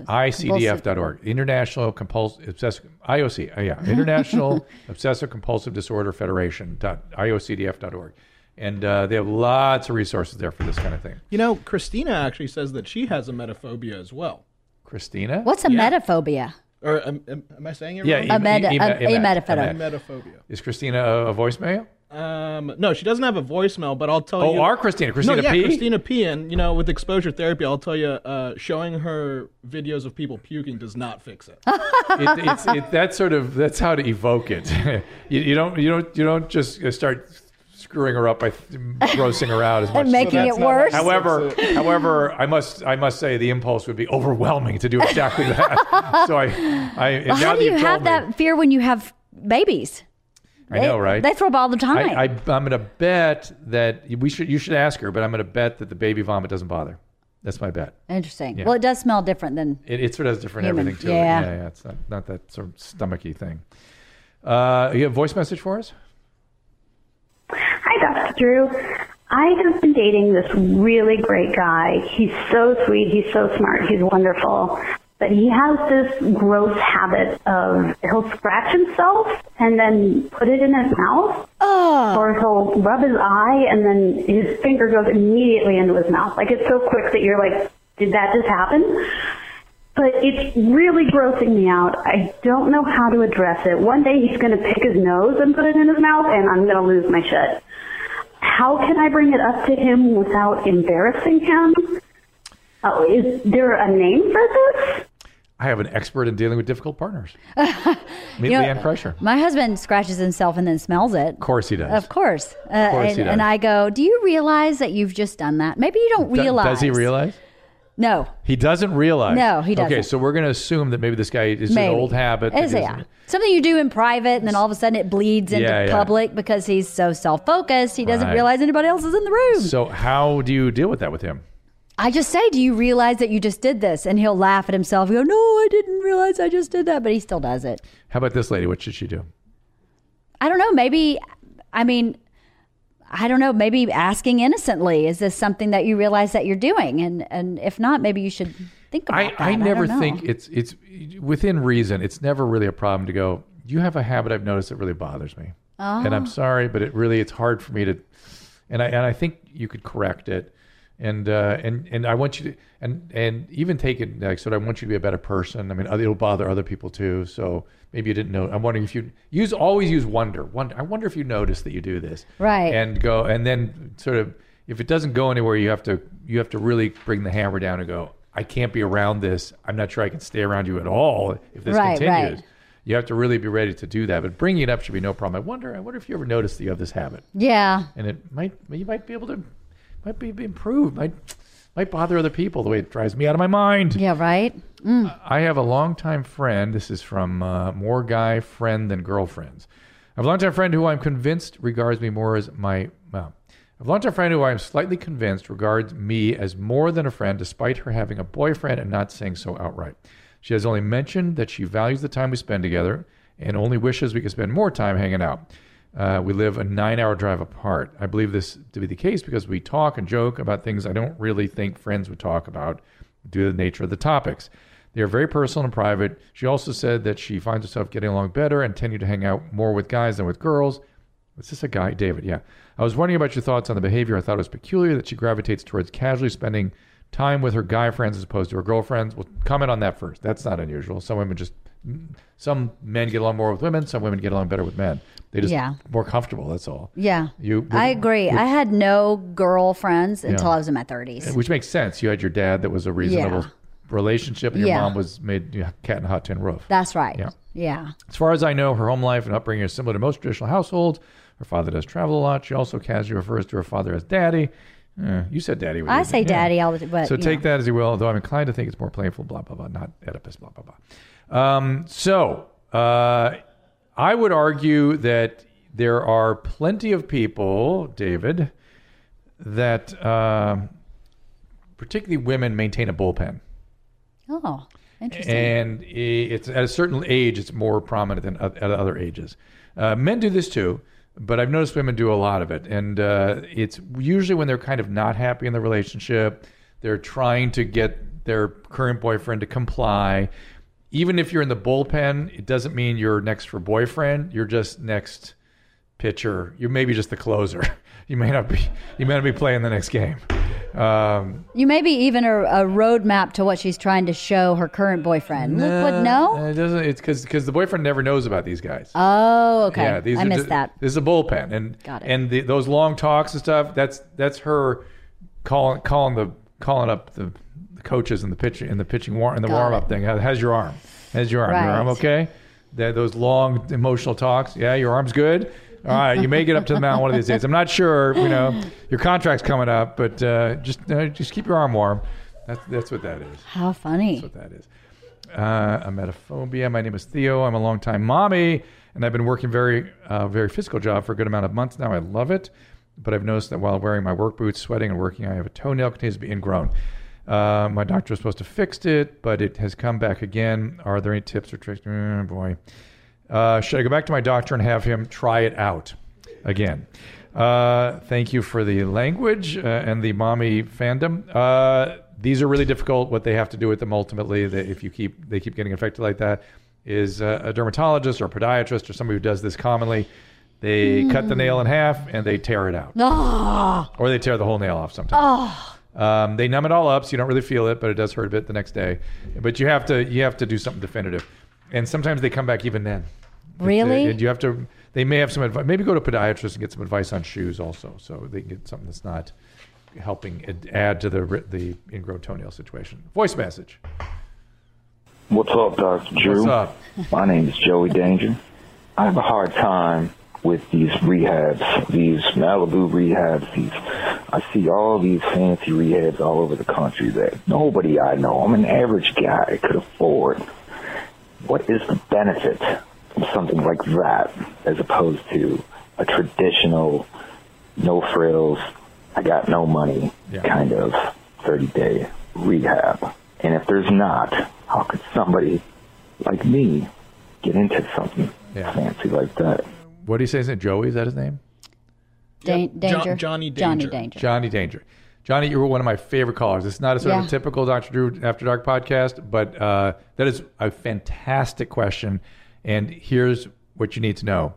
ICDF.org, International Compulsive Obsessive IOC, uh, yeah, International Obsessive Compulsive Disorder Federation. dot IOCDF.org, and uh, they have lots of resources there for this kind of thing. You know, Christina actually says that she has a emetophobia as well. Christina, What's a metaphobia? Or um, am, am I saying it Yeah, wrong? em- meta- em- a- em- a metaphoto. em- Emetophobia. Is Christina a, a voicemail? Um, no, she doesn't have a voicemail, but I'll tell Oh, you. our Christina, Christina no, yeah, P. Christina P. And you know, with exposure therapy, I'll tell you, uh, showing her videos of people puking does not fix it. it, it's, it, that's sort of that's how to evoke it. you, you don't you don't you don't just uh, start screwing her up by th- grossing her out as much. And making that's it not- worse? However, however, I must I must say the impulse would be overwhelming to do exactly that. so I, I and now How that do you you've have told that Me, fear when you have babies? I know, right? They throw up all the time. I, I, I'm going to bet that we should. You should ask her, but I'm going to bet that the baby vomit doesn't bother. That's my bet. Interesting. Well, it does smell different than It, it sort of has different Human. everything to Yeah. it. Yeah, yeah. It's not, not that sort of stomachy thing. Uh, you have a voice message for us? Hi, Dr. Drew. I have been dating this really great guy. He's so sweet. He's so smart. He's wonderful. But he has this gross habit of he'll scratch himself and then put it in his mouth. Or he'll rub his eye and then his finger goes immediately into his mouth. Like it's so quick that you're like, did that just happen? But it's really grossing me out. I don't know how to address it. One day he's going to pick his nose and put it in his mouth, and I'm going to lose my shit. How can I bring it up to him without embarrassing him? Oh, is there a name for this? I have an expert in dealing with difficult partners. Meet You know, Leanne Kreischer. Of My husband scratches himself and then smells it. Of course he does. Of course. Uh, course and, he does. and I go, Do you realize that you've just done that? Maybe you don't Do- realize. Does he realize? No. He doesn't realize. No, he Okay, doesn't. so we're going to assume that maybe this guy is an Maybe. old habit. that It's- he's- yeah. Something you do in private, and then all of a sudden it bleeds into Yeah, yeah. public because he's so self focused. He doesn't Right. realize anybody else is in the room. So how do you deal with that with him? I just say, Do you realize that you just did this? And he'll laugh at himself. He'll go, No, I didn't realize I just did that. But he still does it. How about this lady? What should she do? I don't know. Maybe, I mean, I don't know. Maybe asking innocently is this something that you realize that you're doing, and and if not, maybe you should think about I, that. I never don't know. think it's it's within reason. It's never really a problem to go. You have a habit I've noticed that really bothers me, and Oh. I'm sorry, but it really it's hard for me to. And I and I think you could correct it, and uh, and and I want you to and and even take it next. But I want you to be a better person. I mean, other- it'll bother other people too. So maybe you didn't know. I'm wondering if you use always use wonder. Wonder. I wonder if you notice that you do this. Right. And go and then sort of if it doesn't go anywhere you have to you have to really bring the hammer down and go i can't be around this i'm not sure i can stay around you at all if this Right, continues right. you have to really be ready to do that but bringing it up should be no problem i wonder i wonder if you ever noticed that you have this habit Yeah, and it might you might be able to might be be improved might might bother other people the way it drives me out of my mind yeah, right. I have a longtime friend. This is from uh, More Guy Friend Than Girlfriends. I have a longtime friend who I'm convinced regards me more as my. Well, I have a longtime friend who I'm slightly convinced regards me as more than a friend, despite her having a boyfriend and not saying so outright. She has only mentioned that she values the time we spend together and only wishes we could spend more time hanging out. Uh, we live a nine hour drive apart. I believe this to be the case because we talk and joke about things I don't really think friends would talk about due to the nature of the topics. They are very personal and private. She also said that she finds herself getting along better and tending to hang out more with guys than with girls. Is this a guy? David, yeah. I was wondering about your thoughts on the behavior. I thought it was peculiar that she gravitates towards casually spending time with her guy friends as opposed to her girlfriends. Well, comment on that first. That's not unusual. Some women just, some men get along more with women, some women get along better with men. They just Yeah. more comfortable, that's all. Yeah, You- I agree. I had no girlfriends until Yeah. I was in my thirties. Which makes sense. You had your dad that was a reasonable Yeah. relationship, and your Yeah. mom was made you know, cat and hot tin roof. That's right. Yeah. Yeah. As far as I know, her home life and upbringing is similar to most traditional households. Her father does travel a lot. She also casually refers to her father as daddy. Eh, you said daddy. when I you- say yeah. daddy all the time, but So you take know. that as you will, though I'm inclined to think it's more playful, blah, blah, blah, not Oedipus, blah, blah, blah. Um, so uh, I would argue that there are plenty of people, David, that uh, particularly women maintain a bullpen. Oh, interesting. And i- it's at a certain age, it's more prominent than oth- at other ages. Uh, men do this too, but I've noticed women do a lot of it. And uh, it's usually when they're kind of not happy in the relationship, they're trying to get their current boyfriend to comply. Even if you're in the bullpen, it doesn't mean you're next for boyfriend. You're just next pitcher. You're maybe just the closer. You may not be. You may not be playing the next game. Um, you may be even a, a roadmap to what she's trying to show her current boyfriend. Look what? No. Uh, It doesn't. It's because because the boyfriend never knows about these guys. oh, okay. I are missed just- that. This is a bullpen, and Got it. and the, those long talks and stuff. That's that's her calling calling the calling up the, the coaches and the pitching and the pitching war and the Got warm up it. thing. How- How's your arm? How's your arm? Your Right. arm okay? That those long emotional talks. Yeah, your arm's good. All right, you may get up to the mountain one of these days. I'm not sure. You know, your contract's coming up, but uh, just uh, just keep your arm warm. That's that's what that is How funny. what that is. Uh, I'm at a phobia. My name is Theo. I'm a longtime mommy, and I've been working very, uh, very physical job for a good amount of months now. I love it, but I've noticed that while wearing my work boots, sweating, and working, I have a toenail continues to be ingrown. Uh, my doctor was supposed to fix it, but it has come back again. Are there any tips or tricks? Mm, boy, uh, should I go back to my doctor and have him try it out again? Uh, thank you for the language uh, and the mommy fandom. Uh, these are really difficult. What they have to do with them ultimately, they, if you keep they keep getting infected like that, is uh, a dermatologist or a podiatrist or somebody who does this commonly. They cut the nail in half and they tear it out, Oh, or they tear the whole nail off sometimes. Um, they numb it all up, so you don't really feel it, but it does hurt a bit the next day. But you have to you have to do something definitive, and sometimes they come back even then. really? Uh, And you have to. They may have some advice. Maybe go to a podiatrist and get some advice on shoes also, so they can get something that's not helping ad- add to the ri- the ingrown toenail situation. Voice message. What's up, Dr. Drew? What's up? My name is Joey Danger. I have a hard time with these rehabs, these Malibu rehabs, these I see all these fancy rehabs all over the country that nobody I know, I'm an average guy, could afford. What is the benefit of something like that as opposed to a traditional no frills, I got no money Yeah. kind of 30 day rehab? And if there's not, how could somebody like me get into something Yeah. fancy like that? What do you say? Is it Joey? Is that his name? Dan- Yep. Jo- danger. Johnny Johnny Danger. Danger. Johnny Danger. Johnny, you were one of my favorite callers. It's not a sort of Yeah. a typical Dr. Drew After Dark podcast, but uh, that is a fantastic question. And here's what you need to know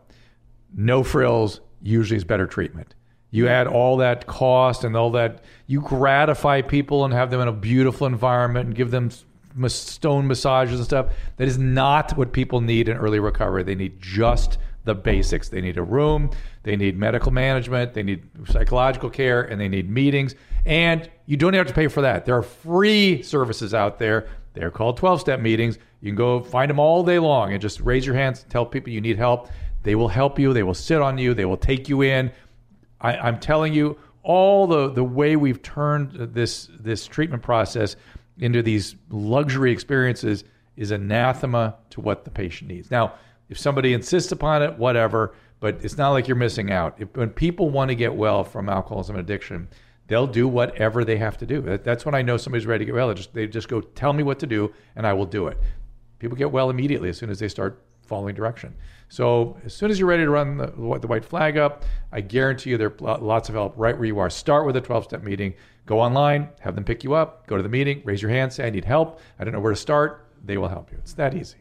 no frills usually is better treatment. You add all that cost and all that, you gratify people and have them in a beautiful environment and give them s- mas- stone massages and stuff. That is not what people need in early recovery. They need just the basics. They need a room, they need medical management, they need psychological care, and they need meetings. And you don't have to pay for that. There are free services out there. They're called 12 step meetings. You can go find them all day long and just raise your hands, tell people you need help. They will help you. They will sit on you. They will take you in. I, I'm telling you, all the the way we've turned this this treatment process into these luxury experiences is anathema to what the patient needs. Now, if somebody insists upon it, whatever, but it's not like you're missing out. If, when people want to get well from alcoholism and addiction, they'll do whatever they have to do. That, that's when I know somebody's ready to get well. They just, they just go, tell me what to do, and I will do it people get well immediately as soon as they start following direction. So as soon as you're ready to run the, the white flag up, I guarantee you there are pl- lots of help right where you are. Start with a 12-step meeting. Go online, have them pick you up. Go to the meeting, raise your hand, say I need help. I don't know where to start. They will help you. It's that easy.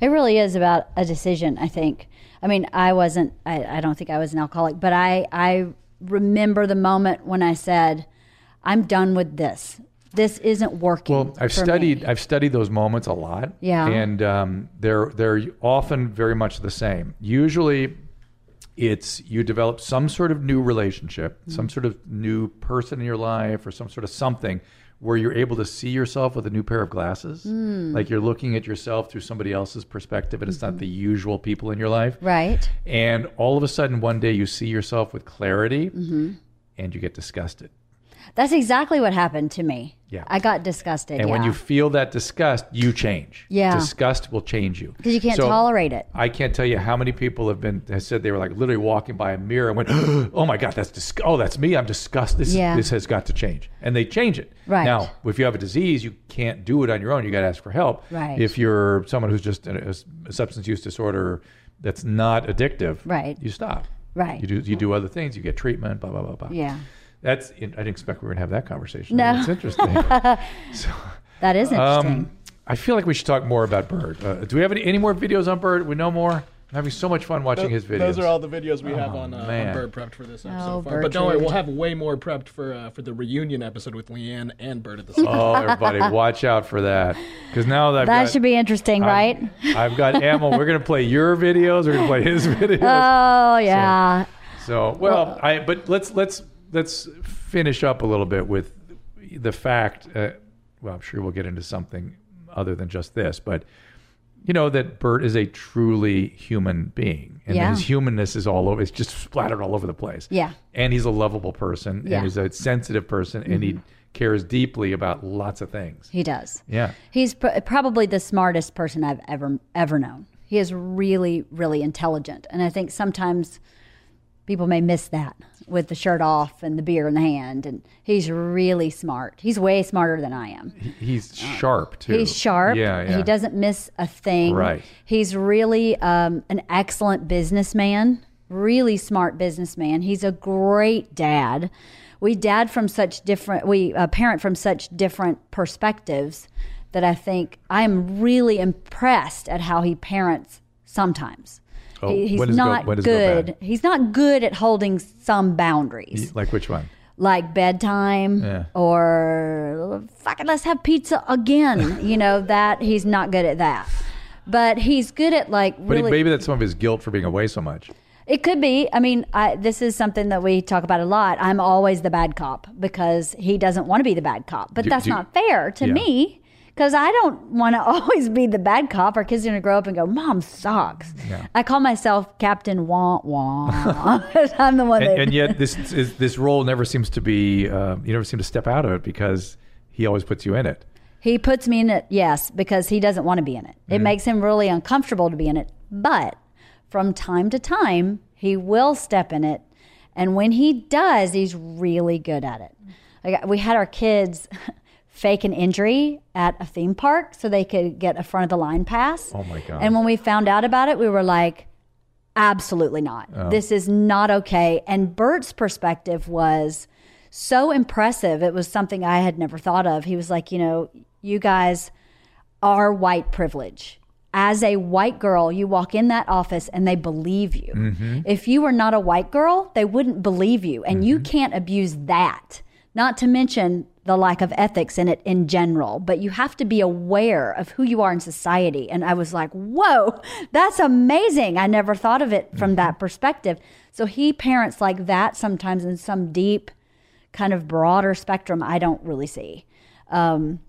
It really is about a decision, I think. I mean, I wasn't, I, I don't think I was an alcoholic, but I, I remember the moment when I said, I'm done with this. This isn't working. Well, I've for me." studied I've studied those moments a lot. Yeah. And um, they're they're often very much the same. Usually it's you develop some sort of new relationship, Mm-hmm. some sort of new person in your life or some sort of something where you're able to see yourself with a new pair of glasses. Mm. Like you're looking at yourself through somebody else's perspective and it's not the usual people in your life. Mm-hmm. Right. And all of a sudden one day you see yourself with clarity Mm-hmm. and you get disgusted. That's exactly what happened to me. Yeah. I got disgusted. And when yeah. you feel that disgust, you change. Yeah. Disgust will change you. because you can't So, tolerate it. I can't tell you how many people have been have said they were like literally walking by a mirror and went, "Oh my god, that's dis- oh that's me. I'm disgusted. This Yeah. this has got to change." And they change it. Right. Now, if you have a disease, you can't do it on your own. You got to ask for help. Right. If you're someone who's just in a, a substance use disorder that's not addictive, Right. You stop. Right. You do you do other things. You get treatment. Blah blah blah blah. Yeah. That's I didn't expect we were gonna have that conversation. No. That's interesting. That is interesting. Um, I feel like we should talk more about Bird. Uh, do we have any, any more videos on Bird? We know more. I'm having so much fun watching his videos. Oh, Those are all the videos we have on, uh, man. on Bird prepped for this episode. Oh, far. But don't worry, Bertrude. we'll have way more prepped for uh, for the reunion episode with Leanne and Bird at the same time. oh, everybody, watch out for that. Because now that I've that got, should be interesting, right? I've got ammo. We're gonna play your videos. We're gonna play his videos. Oh yeah. So well, I but let's let's let's finish up a little bit with the fact. Uh, well, I'm sure we'll get into something other than just this, but you know that Bert is a truly human being, and Yeah. his humanness is all over. It's just splattered all over the place. Yeah. and he's a lovable person, Yeah. and Mm-hmm. he's a sensitive person, and he cares deeply about lots of things. he does. Yeah. He's pr- probably the smartest person I've ever ever known. He is really, really intelligent, and I think sometimes people may miss that with the shirt off and the beer in the hand. And he's really smart. He's way smarter than I am. He's sharp too. Uh, He's sharp. Yeah, yeah. He doesn't miss a thing. Right. He's really um, an excellent businessman, really smart businessman. He's a great dad. We dad from such different, we uh, parent from such different perspectives that I think I'm really impressed at how he parents sometimes. Oh, He- he's when does it go- not when does it go good. bad? he's not good at holding some boundaries Like which one? like bedtime Yeah. or fucking let's have pizza again. you know, that he's not good at that. But he's good at like But really. maybe that's some of his guilt for being away so much. It could be. I mean, I, this is something that we talk about a lot. I'm always the bad cop because he doesn't want to be the bad cop, but Do- that's do- not fair to yeah. me because I don't want to always be the bad cop. Our kids are going to grow up and go, Mom sucks. Yeah. I call myself Captain Wah Wah. I'm the one And, that. and yet, this is, this role never seems to be uh, you never seem to step out of it because he always puts you in it. He puts me in it, yes, because he doesn't want to be in it. Mm-hmm. It makes him really uncomfortable to be in it. But from time to time, he will step in it. And when he does, he's really good at it. Like, we had our kids fake an injury at a theme park so they could get a front of the line pass. Oh my God. And when we found out about it, we were like, absolutely not. Oh. This is not okay. And Bert's perspective was so impressive. It was something I had never thought of. He was like, you know, you guys are white privilege. As a white girl, you walk in that office and they believe you. If you were not a white girl, they wouldn't believe you. And you can't abuse that, not to mention the lack of ethics in it in general. But you have to be aware of who you are in society. And I was like, whoa, that's amazing. I never thought of it from that perspective. So he parents like that sometimes in some deep, kind of broader spectrum I don't really see. Um,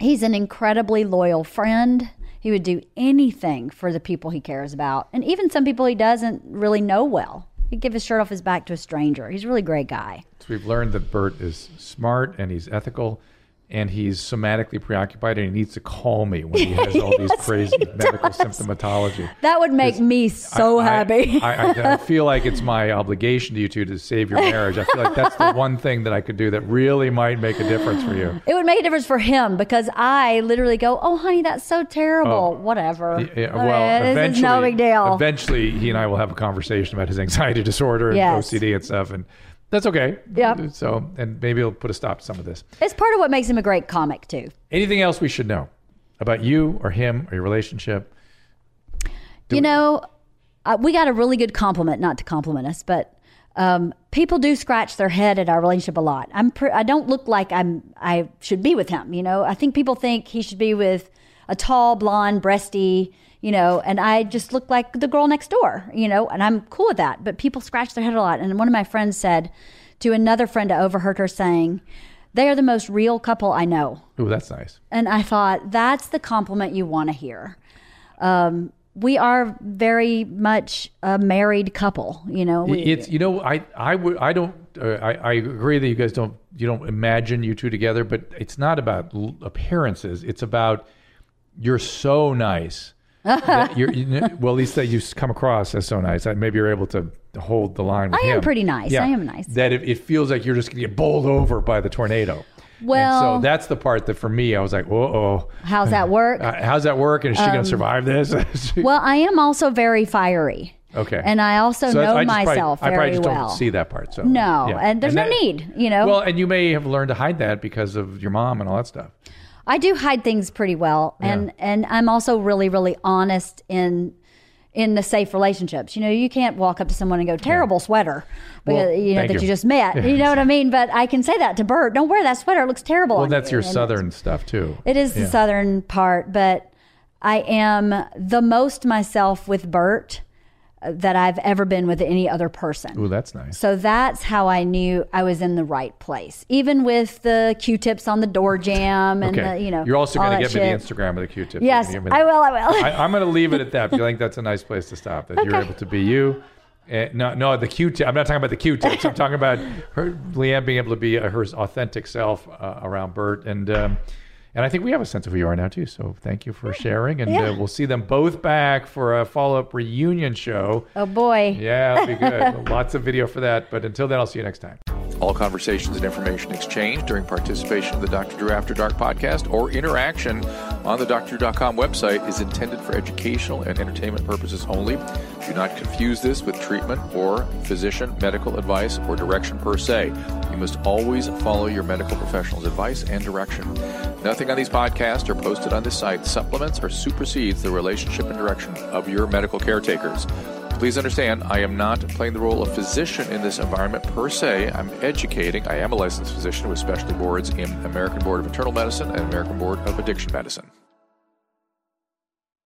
he's an incredibly loyal friend. He would do anything for the people he cares about, and even some people he doesn't really know well. He'd give his shirt off his back to a stranger. He's a really great guy. So we've learned that Bert is smart and he's ethical and he's somatically preoccupied and he needs to call me when he has all these crazy medical symptomatology. That would make me so I- happy. I, I, I feel like it's my obligation to you two to save your marriage. I feel like that's the one thing that I could do that really might make a difference for you. it would make a difference for him because I literally go, "Oh, honey, that's so terrible." Whatever. Oh. Yeah, Uh, well, this eventually, is no big deal. Eventually, he and I will have a conversation about his anxiety disorder and Yes. OCD and stuff, and that's okay. Yep. So, and maybe it'll put a stop to some of this. It's part of what makes him a great comic too. Anything else we should know about you or him or your relationship? you know, uh, we got a really good compliment, not to compliment us, but um, people do scratch their head at our relationship a lot. I'm pr- I don't look like I'm I should be with him, you know. I think people think he should be with a tall, blonde, breasty, you know, and I just look like the girl next door, you know, and I'm cool with that. But people scratch their head a lot. And one of my friends said to another friend, I overheard her saying, "They are the most real couple I know." Ooh, that's nice. And I thought, that's the compliment you want to hear. Um, we are very much a married couple, you know. We, It's you know I I would I don't uh, I I agree that you guys don't you don't imagine you two together, but it's not about l- appearances. It's about you're so nice. that you're, you know, well, at least that you s- come across as so nice. I- Maybe you're able to hold the line. With I am him. pretty nice. I am nice. That it, it feels like you're just going to get bowled over by the tornado. Well- and so that's the part that for me I was like, whoa, oh, how's that work? uh, how's that work? And is she Um, going to survive this? well, I am also very fiery. okay. And I also that's- know I just probably- myself I probably very just well. don't see that part. So No, yeah. and there's no that- need, you know. Well, and you may have learned to hide that because of your mom and all that stuff. I do hide things pretty well, and and I'm also really really honest in in the safe relationships. You know, you can't walk up to someone and go terrible sweater, because, Well, you know thank that you. you. just met. You know what I mean? But I can say that to Bert. Don't wear that sweater; it looks terrible. Well, on that's you." your And southern stuff too. It is the southern part, but I am the most myself with Bert uh, that I've ever been with any other person. Ooh, that's nice. So that's how I knew I was in the right place, even with the Q-tips on the door jam and okay, the, you know. you're also all going to that get me the shit. Instagram of the Q-tip. Yes, You're gonna give me I that. will. I will. I, I'm going to leave it at that. But I think that's a nice place to stop. That you're Okay. able to be you. And no, no, the Q-tip. I'm not talking about the Q-tips. I'm talking about her, Leanne being able to be uh, her authentic self uh, around Bert, and um, and I think we have a sense of who you are now too. So thank you for sharing, and uh, Yeah. we'll see them both back for a follow-up reunion show. oh boy. Yeah, that'd be good. Lots of video for that. But until then, I'll see you next time. All conversations and information exchanged during participation of the Dr. Drew After Dark podcast or interaction on the drdrew.com website is intended for educational and entertainment purposes only. Do not confuse this with treatment or physician medical advice or direction per se. You must always follow your medical professional's advice and direction. Nothing on these podcasts or posted on this site supplements or supersedes the relationship and direction of your medical caretakers. Please understand, I am not playing the role of physician in this environment per se. I'm educating. I am a licensed physician with specialty boards in American Board of Internal Medicine and American Board of Addiction Medicine.